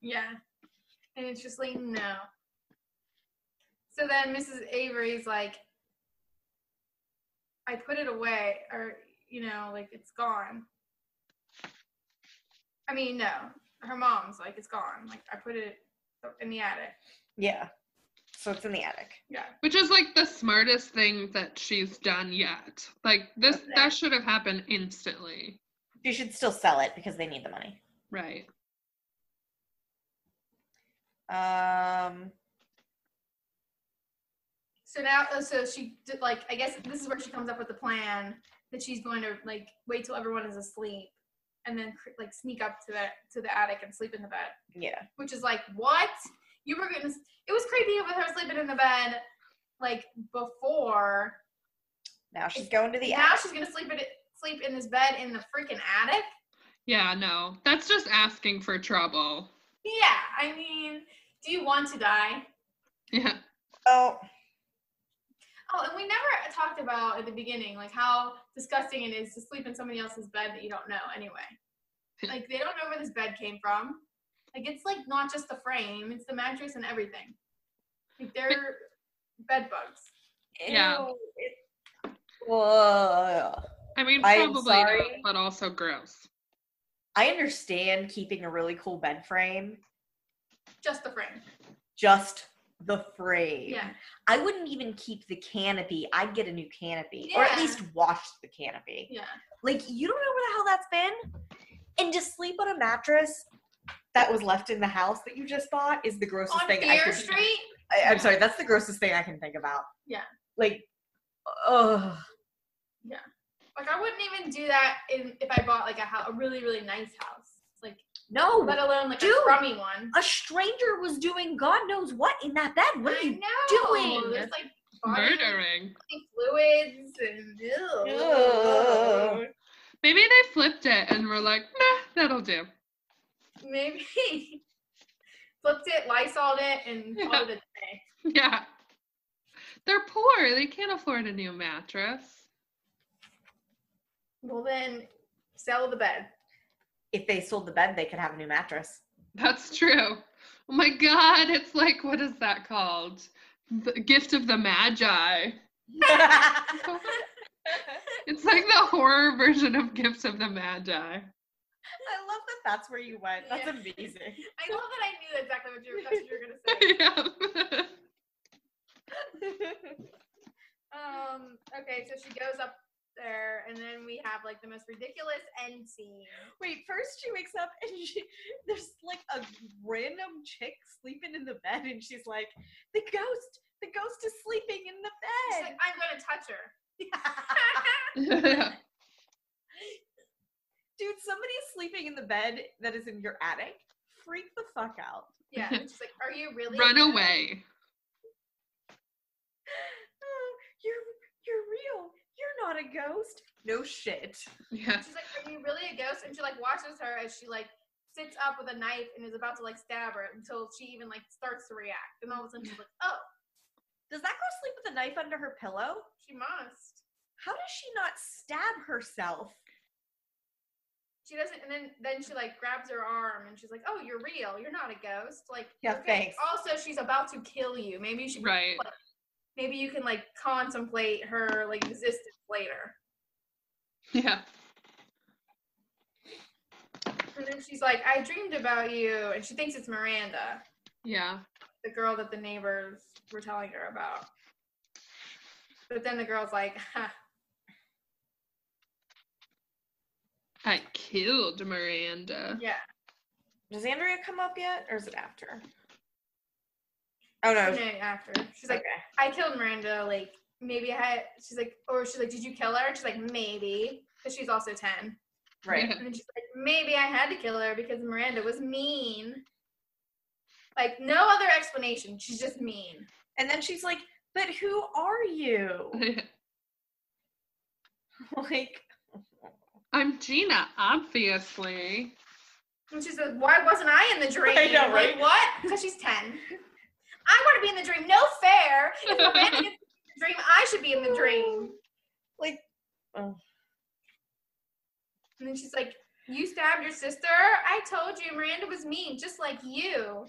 Yeah. And it's just like, no. So then Mrs. Avery's like, I put it away, or, you know, like it's gone. I mean, no. Her mom's like, it's gone. Like, I put it in the attic.
Yeah. So it's in the attic.
Yeah.
Which is like the smartest thing that she's done yet. Like this that should have happened instantly.
She should still sell it because they need the money.
Right.
Um,
So now, uh, so she did like I guess this is where she comes up with the plan that she's going to like wait till everyone is asleep, and then cr- like sneak up to that to the attic and sleep in the bed,
Yeah.
which is like what you were gonna. It was creepy with her sleeping in the bed, like before.
Now she's going to the
now
attic.
she's gonna sleep in it, sleep in this bed in the freaking attic.
Yeah, no. That's just asking for trouble. <laughs>
Yeah, I mean, do you want to die?
Yeah.
Oh,
Oh, and we never talked about at the beginning, like how disgusting it is to sleep in somebody else's bed that you don't know anyway.
<laughs>
Like they don't know where this bed came from. Like it's like not just the frame, it's the mattress and everything. Like they're bed bugs.
Yeah.
ew, it- Ugh.
I mean,
I am
probably not,
sorry.
but also gross.
I understand keeping a really cool bed frame,
Just the frame.
just the frame.
Yeah.
I wouldn't even keep the canopy. I'd get a new canopy or at
Yeah.
least wash the canopy.
Yeah.
Like, you don't know where the hell that's been. And to sleep on a mattress that was left in the house that you just bought is the grossest
On
thing I
Fear
could
Street?
I, I'm
Yeah.
sorry, that's the grossest thing I can think about.
Yeah.
Like, ugh.
Like I wouldn't even do that in, if I bought like a house, a really, really nice house. Like
No,
let alone like
Dude.
a crummy one.
a stranger was doing God knows what in that bed. What are
I
you?
know.
doing?
There's like body
Murdering.
fluids and ew.
Ugh.
Maybe they flipped it and were like, nah, that'll do.
<laughs>
<laughs>
Maybe <laughs> flipped it, Lysoled it, and
Yeah.
called it a <laughs> day.
Yeah. They're poor. They can't afford a new mattress.
Well, then sell the bed.
If they sold the bed, they could have a new mattress. <laughs>
That's true. Oh my God. It's like, what is that called? The gift of the Magi.
I
It's like the horror version of Gifts of the Magi. <laughs>
love that. That's where you went. That's
Yeah.
amazing.
I love that I knew exactly what you were, that's what you were gonna say.
<laughs> yeah.
Um. Okay, so she goes up there, and then we have like the most ridiculous end scene.
Wait, first she wakes up and she, there's like a random chick sleeping in the bed, and she's like, "The ghost, the ghost is sleeping in
She's
the
like, I'm gonna touch her.
bed." Dude, somebody's sleeping in the bed that is in your attic. Freak the fuck out.
yeah.
<laughs>
and She's like, Are you really?
Run
gonna-"
away.
Oh, you're you're real. You're not a ghost. No shit.
Yeah.
She's like, Are you really a ghost? And she like watches her as she like sits up with a knife and is about to like stab her until she even like starts to react. And all of a sudden she's like, Oh,
Does that girl sleep with a knife under her pillow?
she must.
How does she not stab herself?
She doesn't and then then she like grabs her arm and she's like, Oh, you're real. You're not a ghost. Like
Yeah, thanks.
Also she's about to kill you. Maybe you should
Right.
maybe you can like contemplate her like resistance later.
Yeah.
And then she's like, I dreamed about you and she thinks it's Miranda,
Yeah.
the girl that the neighbors were telling her about. But then the girl's like,
<laughs>
ha,
I killed Miranda.
yeah.
Does Andrea come up yet, or is it after? Oh no.
minute after. She's like, I killed Miranda. Like, maybe I had. She's like, or she's like, did you kill her? And she's like, maybe. Because she's also 10.
right.
Yeah.
And then she's like, maybe I had to kill her because Miranda was mean. Like, no other explanation. She's just mean.
And then she's like, "But who are you?" <laughs> like,
<laughs> I'm Gina, obviously.
And she says, why wasn't I in the dream?
<laughs> I know, right?
Like, what? Because she's 10. <laughs> I want to be in the dream. No fair. If Miranda gets in the dream, I should be in the dream.
like Oh.
And then she's like, You stabbed your sister? I told you Miranda was mean, just like
<laughs>
you.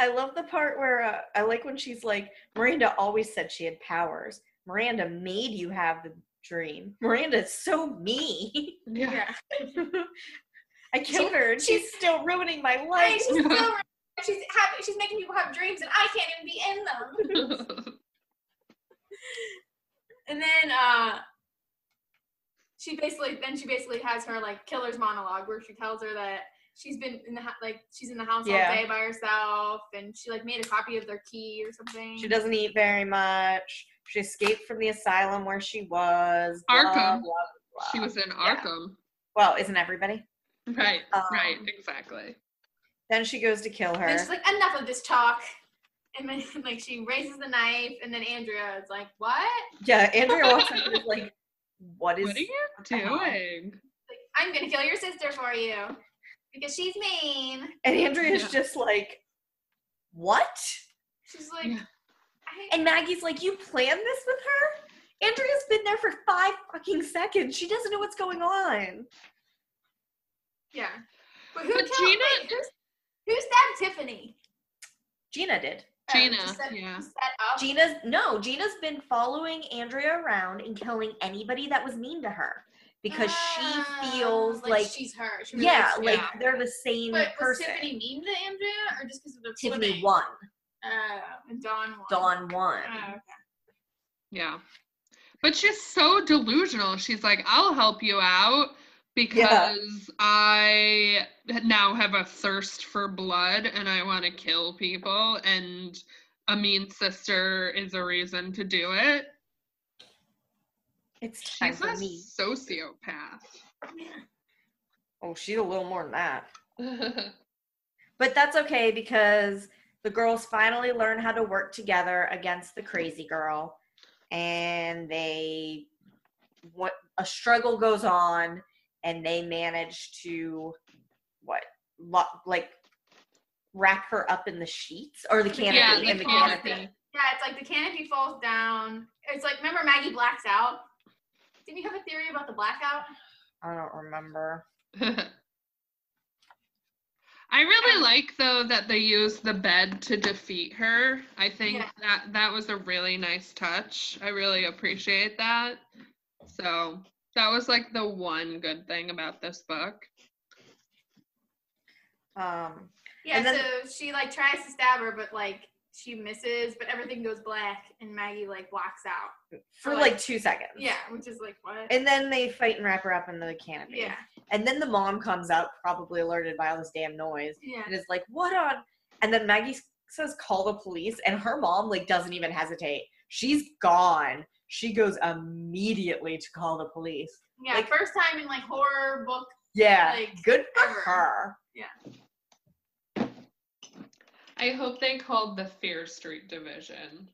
I love the part where uh, I like when she's like, Miranda always said she had powers. Miranda made you have the dream. Miranda's so me.
Yeah.
<laughs> I killed her and she's still ruining my
Hey,
life. <laughs>
she's still Miranda. she's happy she's making people have dreams and I can't even be in them. And then uh she basically then she basically has her like killer's monologue where she tells her that she's been in the hou- like she's in the house
Yeah.
all day by herself, and she like made a copy of their key or something.
She doesn't eat very much. She escaped from the asylum where she was. Blah,
Arkham.
blah, blah.
<laughs> She was in
Yeah.
Arkham.
Well, isn't everybody?
Right,
Um,
right, exactly.
Then she goes to kill her.
And she's like, enough of this talk. And then <laughs> like she raises the knife, and then Andrea is like, what?
yeah, Andrea walks up and is like, "What is?"
What are you
the hell?
doing?
Like, I'm gonna kill your sister for you because she's mean.
And Andrea's
Yeah.
just like, "What?"
She's like,
Yeah.
I,
And Maggie's like, "You planned this with her?" Andrea's been there for five fucking seconds. She doesn't know what's going on.
yeah. But who
But
killed?
Gina-
wait, who's- who stabbed Tiffany?
Gina did.
Oh,
Gina,
to set-
yeah.
to set up.
Gina's no. Gina's been following Andrea around and killing anybody that was mean to her because
Oh,
she feels like
she's her. She relates
yeah,
to
like
her.
they're the same
But was
person.
Tiffany mean to Andrea, or just because of the
Tiffany
flipping?
won.
Uh, and Dawn won.
Dawn won.
Oh, okay.
Yeah. But she's so delusional. She's like, I'll help you out because I now have a thirst for blood and I want to kill people. And a mean sister is a reason to do it.
It's time
She's a
for me. <laughs>
sociopath.
Oh, she's a little more than that. But that's okay because the girls finally learn how to work together against the crazy girl, and they what a struggle goes on, and they manage to what lo, like wrap her up in the sheets or the canopy
yeah,
the
in the
canopy.
canopy.
Yeah, it's like the canopy falls down. It's like remember Maggie blacks out. Didn't you have a theory about the blackout?
I don't remember.
I really like though that they used the bed to defeat her. I think
Yeah.
that that was a really nice touch. I really appreciate that. So that was like the one good thing about this book.
Um,
Yeah,
And then-
so she like tries to stab her, but like she misses, but everything goes black, and Maggie like blocks out.
for
Or,
like
like-
two seconds.
Yeah, which is like what?
And then they fight and wrap her up into the canopy.
Yeah,
And then the mom comes out, probably alerted by all this damn noise,
yeah.
and is like, "What on?" And then Maggie says, "Call the police." And her mom like doesn't even hesitate. She's gone. She goes immediately to call the police.
Yeah,
Like-
first time in like horror book.
Yeah,
Like,
good for
ever.
her.
I hope they called the Fear Street division.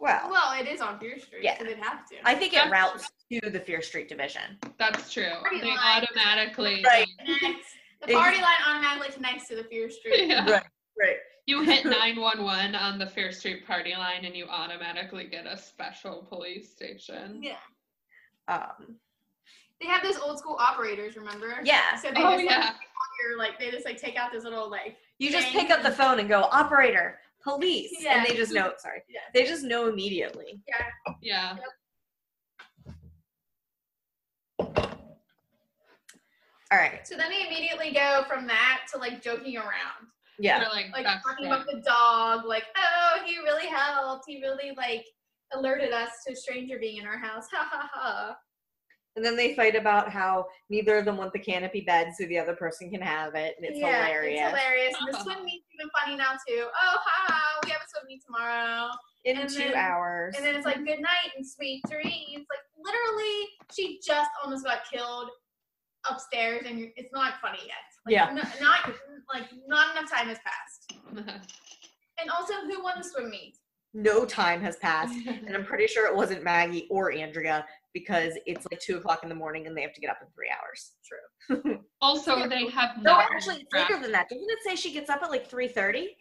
Well,
Well, it is on Fear Street,
Yeah.
so they'd have to.
I think it
that's-
routes to the Fear Street division.
That's true.
Party
They
line.
automatically
Right.
Next, the
Ex-
party line automatically connects to the Fear Street.
<laughs> Yeah.
Right. Right. <laughs>
You hit 911 on the Fear Street party line and you automatically get a special police station.
Yeah.
Um,
They have those old school operators, remember?
yeah.
So they
<laughs>
Oh
just
yeah.
like, like they just like take out this little like
You just
Thanks.
pick up the phone and go, "Operator, police,"
Yeah.
and they just know. Sorry,
<laughs> Yeah.
they just know immediately.
Yeah.
All right.
So then they immediately go from that to like joking around,
Yeah.
They're like,
like
that's
talking
right.
about the dog, like oh he really helped, he really like alerted us to a stranger being in our house, ha ha ha.
And then they fight about how neither of them want the canopy bed, so the other person can have it, and it's
yeah,
hilarious.
It's hilarious. And the <laughs> swim meet's even funny now too. Oh ha, we have a swim meet tomorrow.
In
And
two
then-
hours,
And then it's like good night and sweet dreams. Like literally, she just almost got killed upstairs, and it's not funny yet. Like,
Yeah.
n- not like not enough time has passed. And also, who won the swim meet?
no time has
<laughs>
passed, and I'm pretty sure it wasn't Maggie or Andrea because it's like two o'clock in the morning and they have to get up in three hours. True.
also, they have
No,
no.
actually, it's later than that. Doesn't it say she gets up at like three thirty?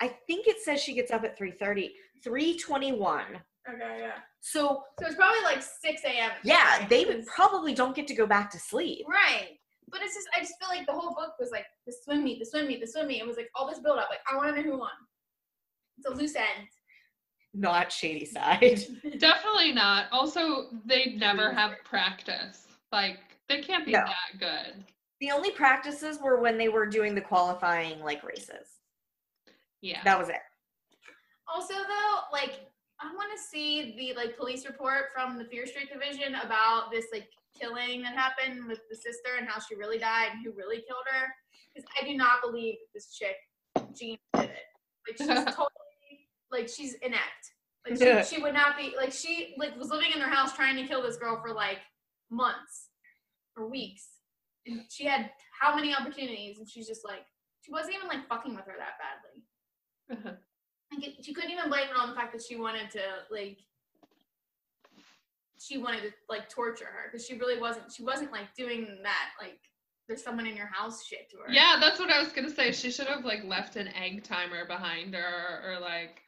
I think it says she gets up at three thirty. Three twenty-one.
Okay, yeah.
So
So it's probably like six a.m.
yeah, they would
Because-
probably don't get to go back to sleep.
right. But it's just I just feel like the whole book was like the swim meet, the swim meet, the swim meet. It was like all this build up. Like I want to know who won. It's a loose end.
Not shady side.
Definitely not. Also, they never have practice. Like, they can't be
No.
that good.
The only practices were when they were doing the qualifying like races.
Yeah.
That was it.
Also, though, like I want to see the like police report from the Fear Street Division about this like killing that happened with the sister and how she really died and who really killed her. Because I do not believe this chick, Jean, did it. Like she's totally like she's inept. Like she,
Yeah.
she would not be like she like was living in their house trying to kill this girl for like months or weeks. And she had how many opportunities and she's just like she wasn't even like fucking with her that badly. Like it, she couldn't even blame it on the fact that she wanted to like she wanted to like torture her because she really wasn't she wasn't like doing that like there's someone in your house shit to her.
<laughs> Yeah, that's what I was gonna say. She should have like left an egg timer behind her, or like,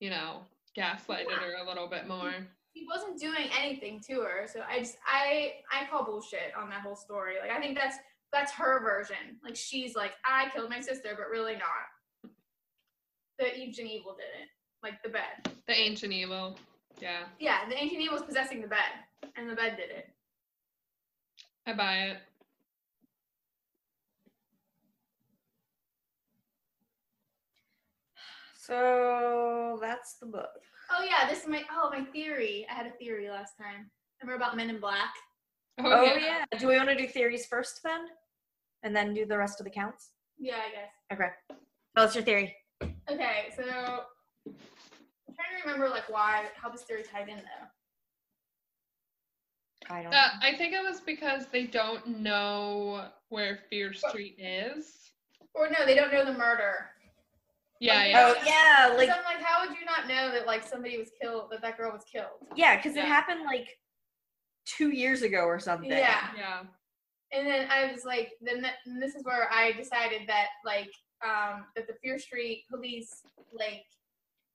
you know, gaslighted her a little bit more.
he wasn't doing anything to her. So I just I I call bullshit on that whole story. Like I think that's that's her version. Like she's like I killed my sister, but really not. The ancient evil did it. Like the bed.
The ancient evil. Yeah,
Yeah, the ancient evil was possessing the bed, and the bed did it.
I buy it. <laughs>
So that's the book.
Oh yeah, this is my oh my theory. I had a theory last time. Remember about Men in Black?
Oh,
Oh,
yeah.
yeah. Do we want to do theories first then? And then do the rest of the counts?
Yeah, I guess.
Okay. Oh, it's your theory.
Okay, so I'm trying to remember like why how this theory tied in though.
I don't
That- I think it was because they don't know where Fear Street is.
Or no, they don't know the murder.
Yeah,
Oh,
yeah.
know. Oh, yeah. Like,
so I'm like, how would you not know that like somebody was killed, that that girl was killed?
yeah, because
Yeah.
it happened like two years ago or something.
Yeah.
Yeah.
And then I was like, then th- and this is where I decided that like um that the Fear Street police like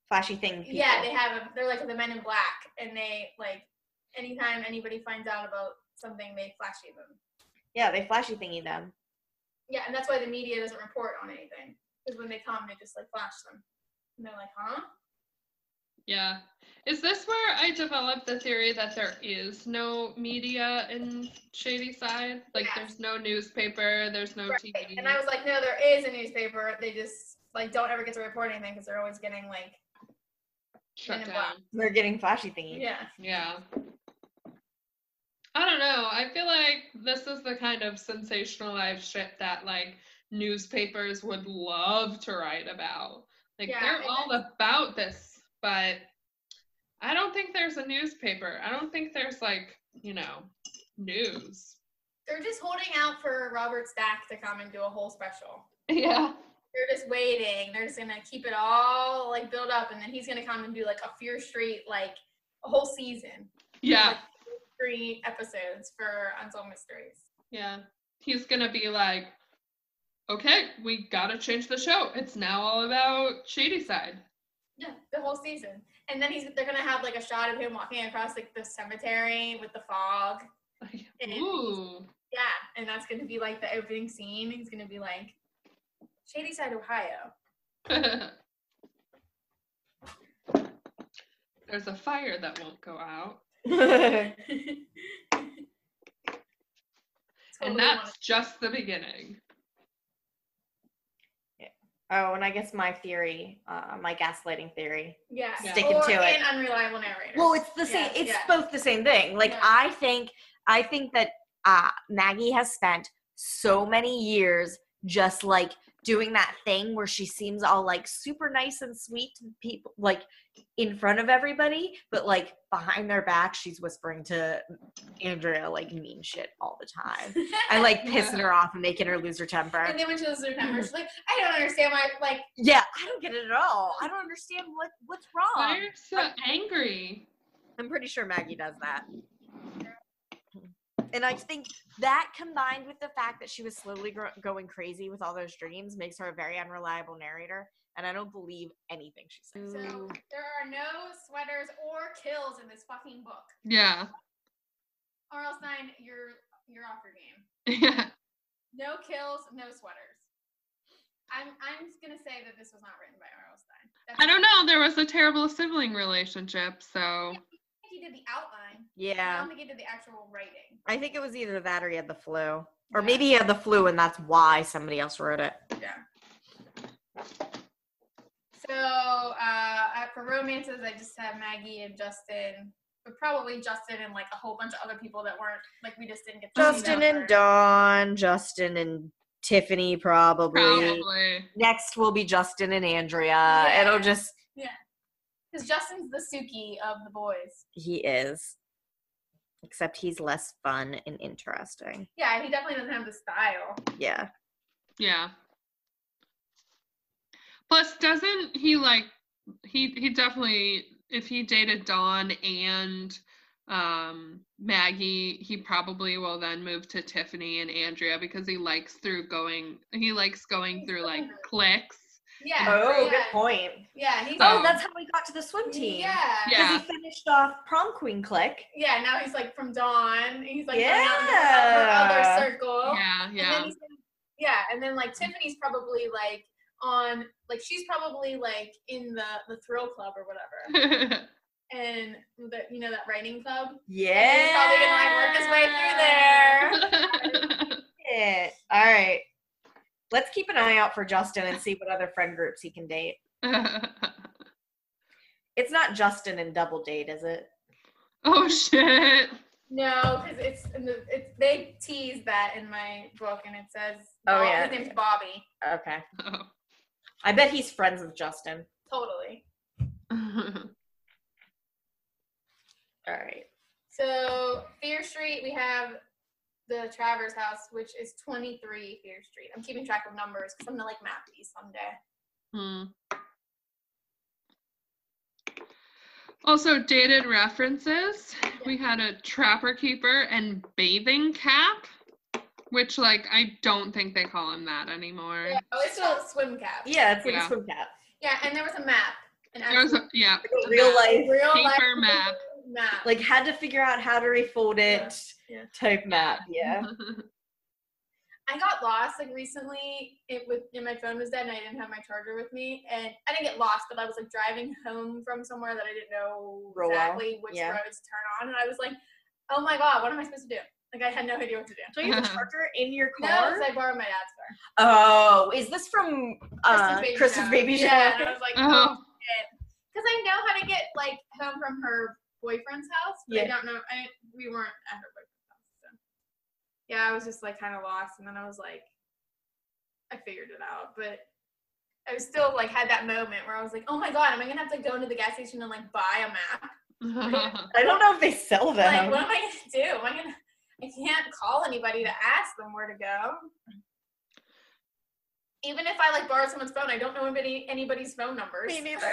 Flashy thing. People.
yeah they have a, they're like the Men in Black and they like anytime anybody finds out about something they flashy them.
yeah, they flashy thingy them.
Yeah, and that's why the media doesn't report on anything because when they come they just like flash them and they're like, huh?
Yeah. Is this where I developed the theory that there is no media in Shady Side? Like,
Yes.
there's no newspaper, there's no
Right.
TV.
And I was like, no, there is a newspaper. They just like don't ever get to report anything because they're always getting like
shut
Men in
down.
Black.
They're getting flashy
Mm-hmm.
thingy.
yeah.
Yeah. I don't know. I feel like this is the kind of sensationalized shit that like newspapers would love to write about. Like
Yeah,
they're
and
all about this, but I don't think there's a newspaper. I don't think there's like, you know, news.
They're just holding out for Robert Stack to come and do a whole special.
<laughs> Yeah.
They're just waiting. They're just gonna keep it all like build up, and then he's gonna come and do like a Fear Street like a whole season,
Yeah.
three episodes for Unsolved Mysteries.
Yeah. He's going to be like, "Okay, we got to change the show. It's now all about Shady Side."
Yeah, <laughs> the whole season, and then he's they're gonna have like a shot of him walking across like the cemetery with the fog. And he's-
Ooh. <laughs>
Yeah, and that's gonna be like the opening scene. He's gonna be like, Shady Side, Ohio.
There's a fire that won't go out,
<laughs>
and
Totally wanna-
that's just the beginning.
oh, and I guess my theory, uh, my gaslighting theory.
yeah,
sticking
or,
to it.
And unreliable narrators.
Well, it's the same.
Yeah,
it's
yeah.
both the same thing. Like
Yeah.
I think, I think that uh, Maggie has spent so many years just like doing that thing where she seems all like super nice and sweet to people, like in front of everybody, but like behind their back, she's whispering to Andrea like mean shit all the time,
<laughs>
and like pissing her off and making her lose her temper.
And then when she was in number, she's like, I don't understand why, like,
Yeah, I don't get it at all. I don't understand what what's
Why
wrong.
are you so angry?
I'm pretty sure Maggie does that. And I think that combined with the fact that she was slowly gro- going crazy with all those dreams makes her a very unreliable narrator. And I don't believe anything she says.
so there are no sweaters or kills in this fucking book.
Yeah, <laughs>
RL9, you're, you're off your game.
yeah.
No kills, no sweaters. I'm, I'm just gonna say that this was not written by RL9.
I don't know. There was a terrible sibling relationship, so
He did the outline. I
Yeah.
don't think he did the actual writing.
I think it was either that or he had the flu.
Yeah.
Or maybe he had the flu and that's why somebody else wrote it.
So uh, I- for romances, I just have Maggie and Justin with probably Justin and like a whole bunch of other people that weren't like we just didn't get to see
Justin
them
and
or-
Dawn, Justin and Tiffany, probably.
Probably.
Next will be Justin and Andrea.
Yeah.
It'll just
Because Justin's the Suki of the boys.
He is. Except he's less fun and interesting.
Yeah, he definitely doesn't have the style.
Yeah.
Yeah. Plus, doesn't he like he he definitely if he dated Dawn and um Maggie, he probably will then move to Tiffany and Andrea because he likes through going he likes going through like clicks.
Yeah. Oh, yeah.
Oh, point.
Yeah, he's
Oh,
Um,
that's how we got to the swim team.
Yeah. yeah.
Yeah.
Because he finished off prom queen click.
now he's like from Dawn. He's like
Yeah.
yeah. other circle.
Yeah,
And then
yeah.
he's gonna- yeah, and then like Tiffany's probably like on like she's probably like in the the thrill club or whatever, and the you know that writing club.
Yeah.
he's probably gonna like work his way through there.
<laughs>
Shit. All right. Let's keep an eye out for Justin and see what other friend groups he can date. It's not Justin and double date, is it?
oh shit.
No, because it's in the it's they tease that in my book, and it says
Oh,
Bob-
yeah.
his name's Bobby.
Okay.
Oh.
I bet he's friends with Justin.
Totally.
Oh. <laughs>
All right.
So Fear Street, we have the Travers house, which is 23 Fear Street. I'm keeping track of numbers because I'm gonna like map these someday.
Hmm. Also, dated references. We had a trapper keeper and bathing cap, which, like, I don't think they call him that anymore.
Yeah, oh, it's called swim cap.
Yeah, it's like
Yeah.
a swim cap.
Yeah, and there was a map. An
There was
actual
a- yeah,
Like a
a
real
map.
life,
real
paper map.
map.
like had to figure out how to refold
Yeah.
it
Yeah.
type map.
<laughs>
Yeah.
I got lost like recently. It with and my phone was dead and I didn't have my charger with me, and I didn't get lost, but I was like driving home from somewhere that I didn't know
Real well,
exactly which
yeah.
roads to turn on, and I was like, "Oh my god, what am I supposed to do?" Like I had no idea what to do.
So you have
<laughs>
a charger in your
No, 'cause
car?
I borrowed my dad's car.
oh, is this from uh,
Kristen's
Kristen's
shower.
baby shower?
Yeah, and I was like,
oh, <laughs>
because I know how to get like home from her boyfriend's house. But I
Yeah.
don't know. I we weren't at her boyfriend's house. So. Yeah, I was just like kind of lost, and then I was like, I figured it out, but I was still like had that moment where I was like, oh my god, am I gonna have to go into the gas station and like buy a map?
I don't know if they sell them.
Like, what am I gonna do? Am I gonna? I can't call anybody to ask them where to go. Even if I like borrow someone's phone, I don't know anybody anybody's phone numbers.
Me neither.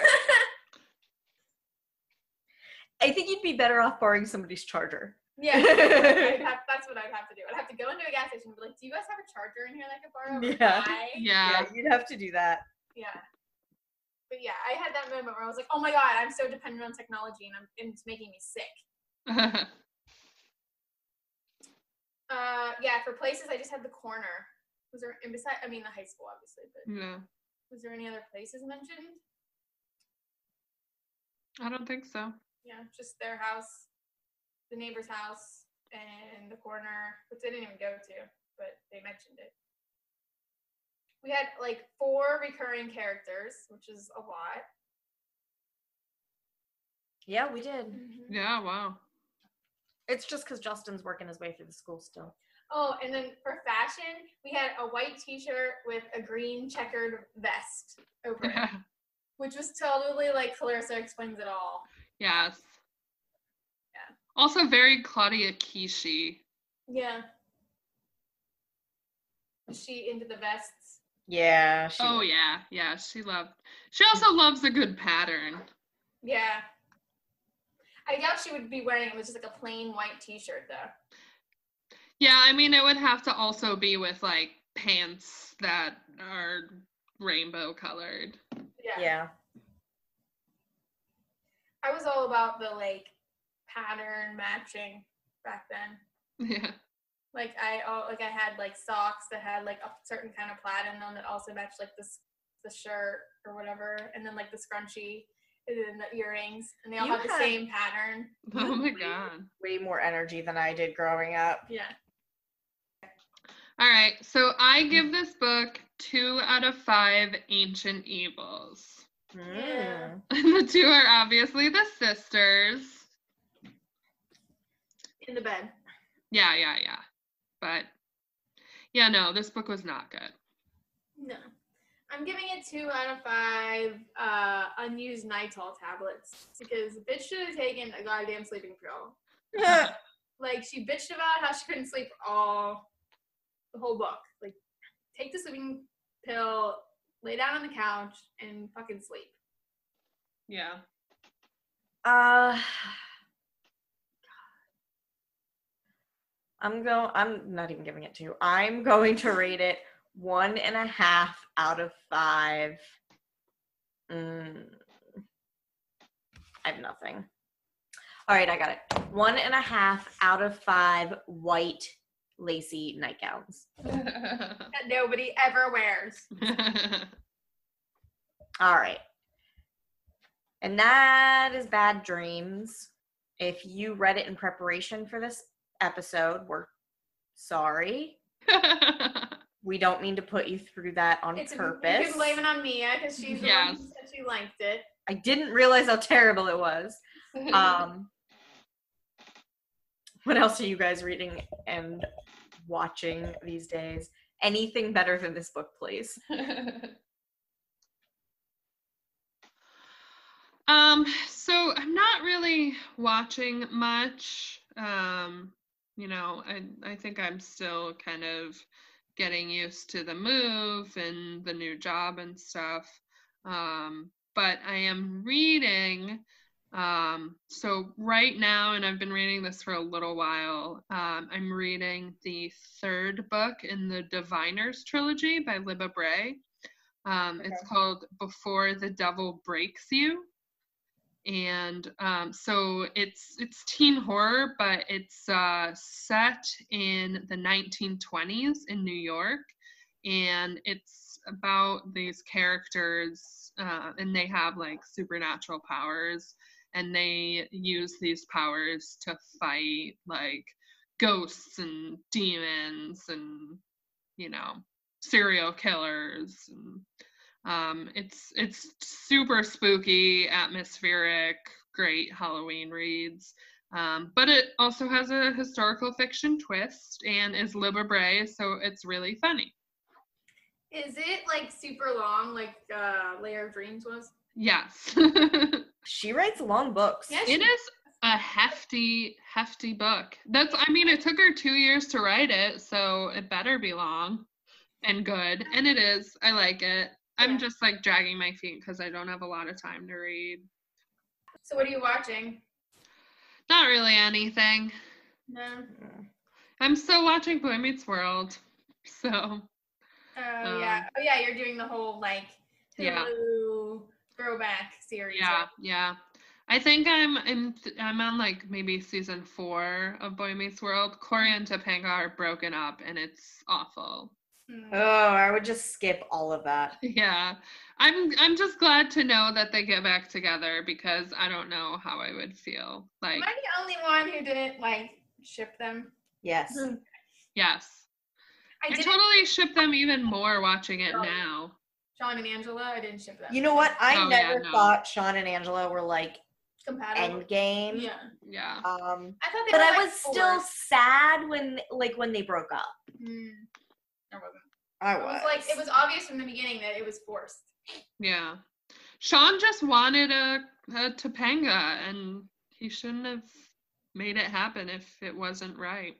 I think you'd be better off borrowing somebody's charger.
Yeah, <laughs> I'd have, that's what I'd have to do. I'd have to go into a gas station and be like, "Do you guys have a charger in here that I could borrow?" or
Yeah.
buy?"
yeah.
you'd have to do that.
yeah. But <laughs> yeah, I had that moment where I was like, "Oh my god, I'm so dependent on technology, and, I'm, and it's making me sick." Uh, yeah. For places, I just had the corner. Was there and beside? I mean, the high school, obviously. But
<laughs> yeah.
was there any other places mentioned?
I don't think so.
Yeah, just their house, the neighbor's house, and the corner, which they didn't even go to, but they mentioned it. We had like four recurring characters, which is a lot.
Yeah, we did.
Yeah, wow.
It's just because Justin's working his way through the school still.
Oh, and then for fashion, we had a white t-shirt with a green checkered vest over it, which was totally like Clarissa explains it all.
<laughs> yes.
Yeah.
Also, very Claudia Kishi.
Yeah. Is she into the vests?
Yeah. She
Oh yeah, yeah. She loved. She also loves a good pattern.
Yeah. I doubt she would be wearing it with just like a plain white t-shirt though.
Yeah, I mean, it would have to also be with like pants that are rainbow colored. <laughs>
Yeah.
Yeah.
I was all about the like pattern matching back then.
Yeah.
Like I all like I had like socks that had like a certain kind of plaid in them that also matched like this the shirt or whatever, and then like the scrunchie and then the earrings, and they all
You
had the
had-
same pattern.
Oh my god.
Way more energy than I did growing up.
Yeah.
All right, so I give this book two out of five ancient evils. <laughs>
Hmm.
Yeah.
the two are obviously the sisters.
in the bed.
Yeah, yeah, yeah. But yeah, no, this book was not good.
No. I'm giving it two out of five uh, unused Nitol tablets because the bitch should have taken a goddamn sleeping pill. Like she bitched about how she couldn't sleep all the whole book. Like take the sleeping pill, lay down on the couch, and fucking sleep.
yeah. <laughs>
Uh, I'm go. I'm not even giving it two. I'm going to rate it one and a half out of five. Mm, I have nothing. All right, I got it. One and a half out of five white lacy nightgowns.
That nobody ever wears.
All right. And that is Bad Dreams. If you read it in preparation for this episode, we're sorry. We don't mean to put you through that on
It's A, you
purpose.
can blame it on Mia because she's the one
Yes.
who said she liked it.
I didn't realize how terrible
<laughs>
it was. Um, what else are you guys reading and watching these days? Anything better than this book, please?
<laughs> um, so I'm not really watching much. Um, you know, I I think I'm still kind of getting used to the move and the new job and stuff. Um, but I am reading um so right now and i've been reading this for a little while um i'm reading the third book in the diviners trilogy by libba bray um it's called before the devil breaks you and um so it's it's teen horror but it's uh set in the 1920s in new york and it's about these characters uh, and they have like supernatural powers and they use these powers to fight like ghosts and demons and you know serial killers and um it's it's super spooky atmospheric great halloween reads um, but it also has a historical fiction twist and is Libba Bray, so it's really funny.
Is it like super long, like uh, Layer of Dreams was?
Yes. <laughs>
She writes long books.
Yes.
It is a hefty, hefty book. That's, I mean, it took her two years to write it, so it better be long and good. And it is. I like it.
Yeah.
I'm just like dragging my feet because I don't have a lot of time to read.
So what are you watching?
Not really anything.
No.
I'm still watching Boy Meets World, <laughs> so
Oh yeah.
Um,
Oh yeah. You're doing the whole like
Yeah.
Hulu throwback series.
yeah,
right?
yeah. I think I'm in, I'm on like maybe season four of Boy Meets World. Corey and Topanga are broken up, and it's awful.
Hmm.
Oh, I would just skip all of that.
Yeah. I'm I'm just glad to know that they get back together because I don't know how I would feel. Like
Am I the only one who didn't like ship them?
Yes.
Mm-hmm.
yes.
I
I,
didn't.
totally ship them even more watching it
Oh.
now.
Sean and Angela. I didn't ship them.
You know what? I
Oh, yeah,
never
no.
thought Sean and Angela were like
Compatible.
end game.
Yeah.
Yeah.
Um,
I thought they.
but
were,
I
like,
was still
four.
sad when like when they broke up.
Hmm. I wasn't.
I
It was like it was obvious from the beginning that it was forced.
Yeah. Sean just wanted a, a Topanga and he shouldn't have made it happen if it wasn't right.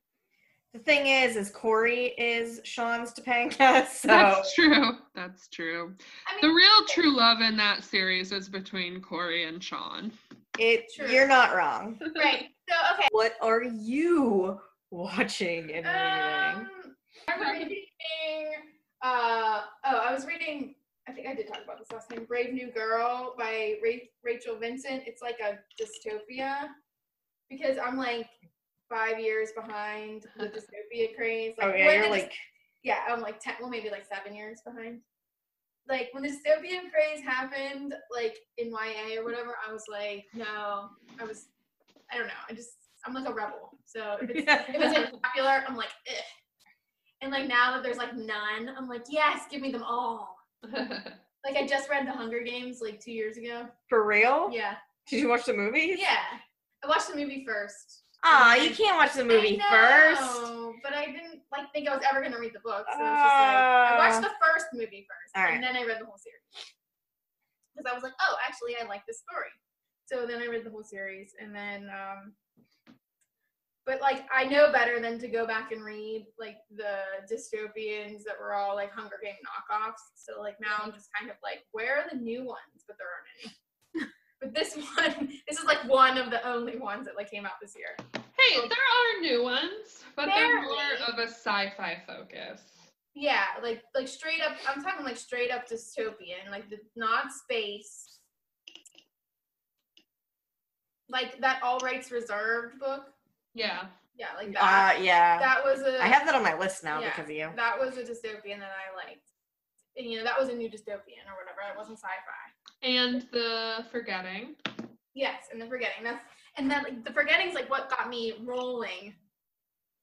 the thing is, is Corey is Sean's Topanga, <laughs> so
That's true. That's true.
I
The
<laughs>
mean,
real true love in that series is between Corey and Sean.
it
True.
you're not wrong.
right. So okay.
What are you watching and reading?
Um, I'm reading. Uh, oh, I was reading. I think I did talk about this last time. Brave New Girl by Ra- Rachel Vincent. It's like a dystopia because I'm like five years behind
<laughs>
the dystopia craze.
Oh yeah,
when
you're
the
like
yeah, I'm like ten, well maybe like seven years behind. Like when the dystopian craze happened, like in YA or whatever, I was like, no, I was, I don't know, I just, I'm like a rebel. So if it's, if it's unpopular, I'm like, Ugh. and like now that there's like none, I'm like, yes, give me them all. Like I just read The Hunger Games like two years ago.
for real.
Oh,
Yeah,
Did you watch the movie?
yeah. I watched the movie first.
Oh, you can't watch the movie
I
first.
know, But I didn't like think I was ever gonna read the book. So it's just like I watched the first movie first,
Ah. Alright.
and then I read the whole series because I was like, oh, actually, I like this story. So then I read the whole series, and then. um but like I know better than to go back and read like the dystopians that were all like Hunger Game knockoffs. So like now I'm just kind of like, where are the new ones? But there aren't any. <laughs> but this <laughs> one, this is like one of the only ones that like came out this year.
Hey, there are new ones, but they're
Barely.
more of a sci-fi focus.
Yeah, like like straight up. I'm talking like straight up dystopian, like the not space. Like that All Rights Reserved book.
Yeah.
Yeah, like that.
Uh, yeah.
that was a
I have that on my list now
Yeah.
because of you.
that was a dystopian that I liked. And, you know, that was a new dystopian or whatever. It wasn't sci-fi.
And the forgetting.
Yes, and the forgetting. That's and then like the forgetting's like what got me rolling.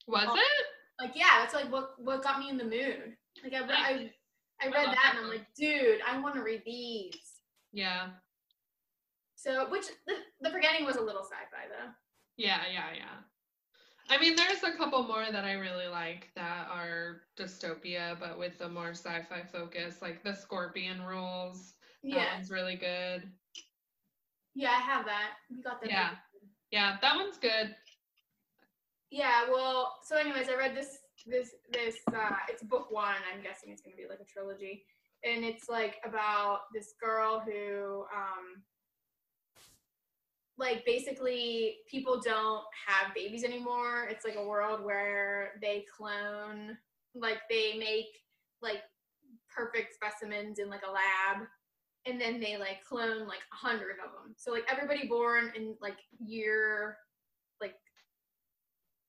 Was
Oh.
it?
Like yeah, that's like what what got me in the mood. Like I I, I read that and I'm like, dude, I want to read these.
Yeah.
So, which the, the forgetting was a little sci-fi though.
Yeah, yeah, yeah. I mean, there's a couple more that I really like that are dystopia, but with the more sci-fi focus, like the Scorpion Rules. That one's really good.
yeah, I have that. We got that.
Yeah. Yeah, that one's good.
Yeah. Well, so anyways, I read this this this. Uh, it's book one. I'm guessing it's gonna be like a trilogy, and it's like about this girl who, um, like basically people don't have babies anymore. It's like a world where they clone, like they make like perfect specimens in like a lab. And then they like clone like a hundred of them. So like everybody born in like year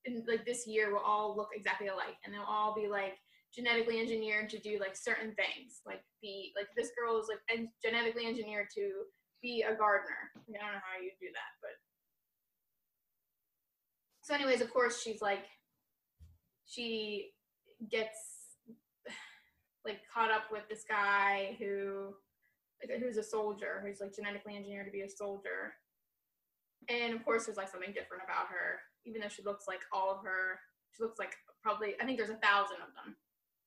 in, like this year will all look exactly alike and they'll all be like genetically engineered to do like certain things like be like this girl is like en- genetically engineered to be a gardener Like, i don't know how you do that but so anyways of course she's like she gets like caught up with this guy who like, who's a soldier who's like genetically engineered to be a soldier and of course there's like something different about her even though she looks like all of her she looks like probably i think there's a thousand of them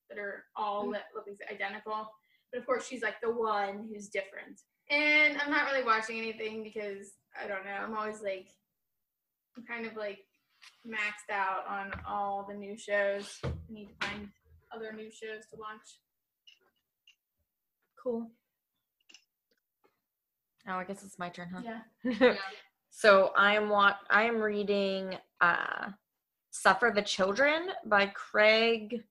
that are all that look ex- identical but of course she's like the one who's different and i'm not really watching anything because i don't know i'm always like i'm kind of like maxed out on all the new shows i need to find other new shows to watch
Cool. Oh, I guess it's my turn, huh?
yeah
Yeah.
<laughs> So I'm wa- I am reading uh Suffer the Children by Craig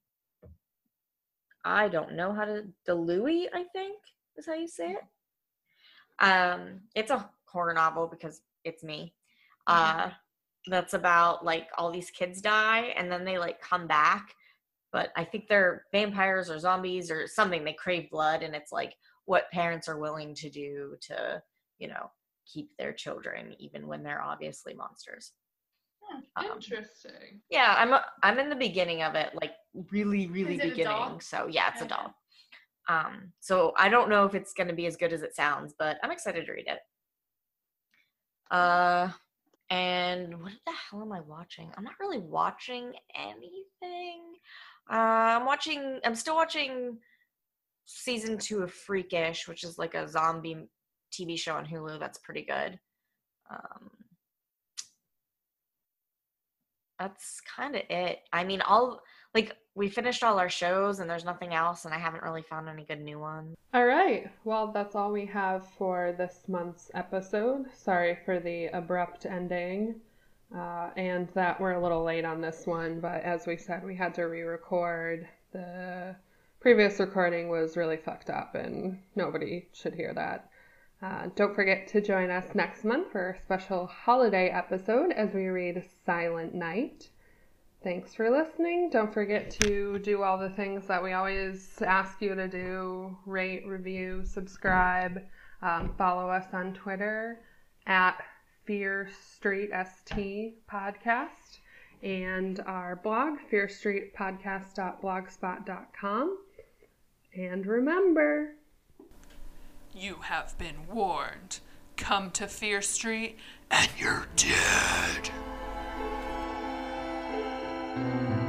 I don't know how to DeLuey, I think is how you say it. Um it's a horror novel because it's me. Uh that's about like all these kids die and then they like come back, but I think they're vampires or zombies or something. They crave blood and it's like what parents are willing to do to, you know, keep their children even when they're obviously monsters Um,
Interesting.
yeah i'm a, i'm in the beginning of it like really really
it a
beginning
doll?
so yeah it's a
Okay.
doll um so i don't know if it's going to be as good as it sounds but i'm excited to read it uh and what the hell am i watching i'm not really watching anything uh, i'm watching i'm still watching season two of freakish which is like a zombie tv show on hulu that's pretty good um that's kind of it i mean all like we finished all our shows and there's nothing else and i haven't really found any good new ones
All right. Well, that's all we have for this month's episode. Sorry for the abrupt ending uh, and that we're a little late on this one, but as we said, we had to re record. The previous recording was really fucked up and nobody should hear that. Uh, don't forget to join us next month for a special holiday episode as we read Silent Night. Thanks for listening. Don't forget to do all the things that we always ask you to do rate, review, subscribe, um, follow us on Twitter at Fear Street ST Podcast and our blog, fearstreetpodcast.blogspot.com. And remember,
You have been warned. Come to Fear Street, and you're dead.
Bye.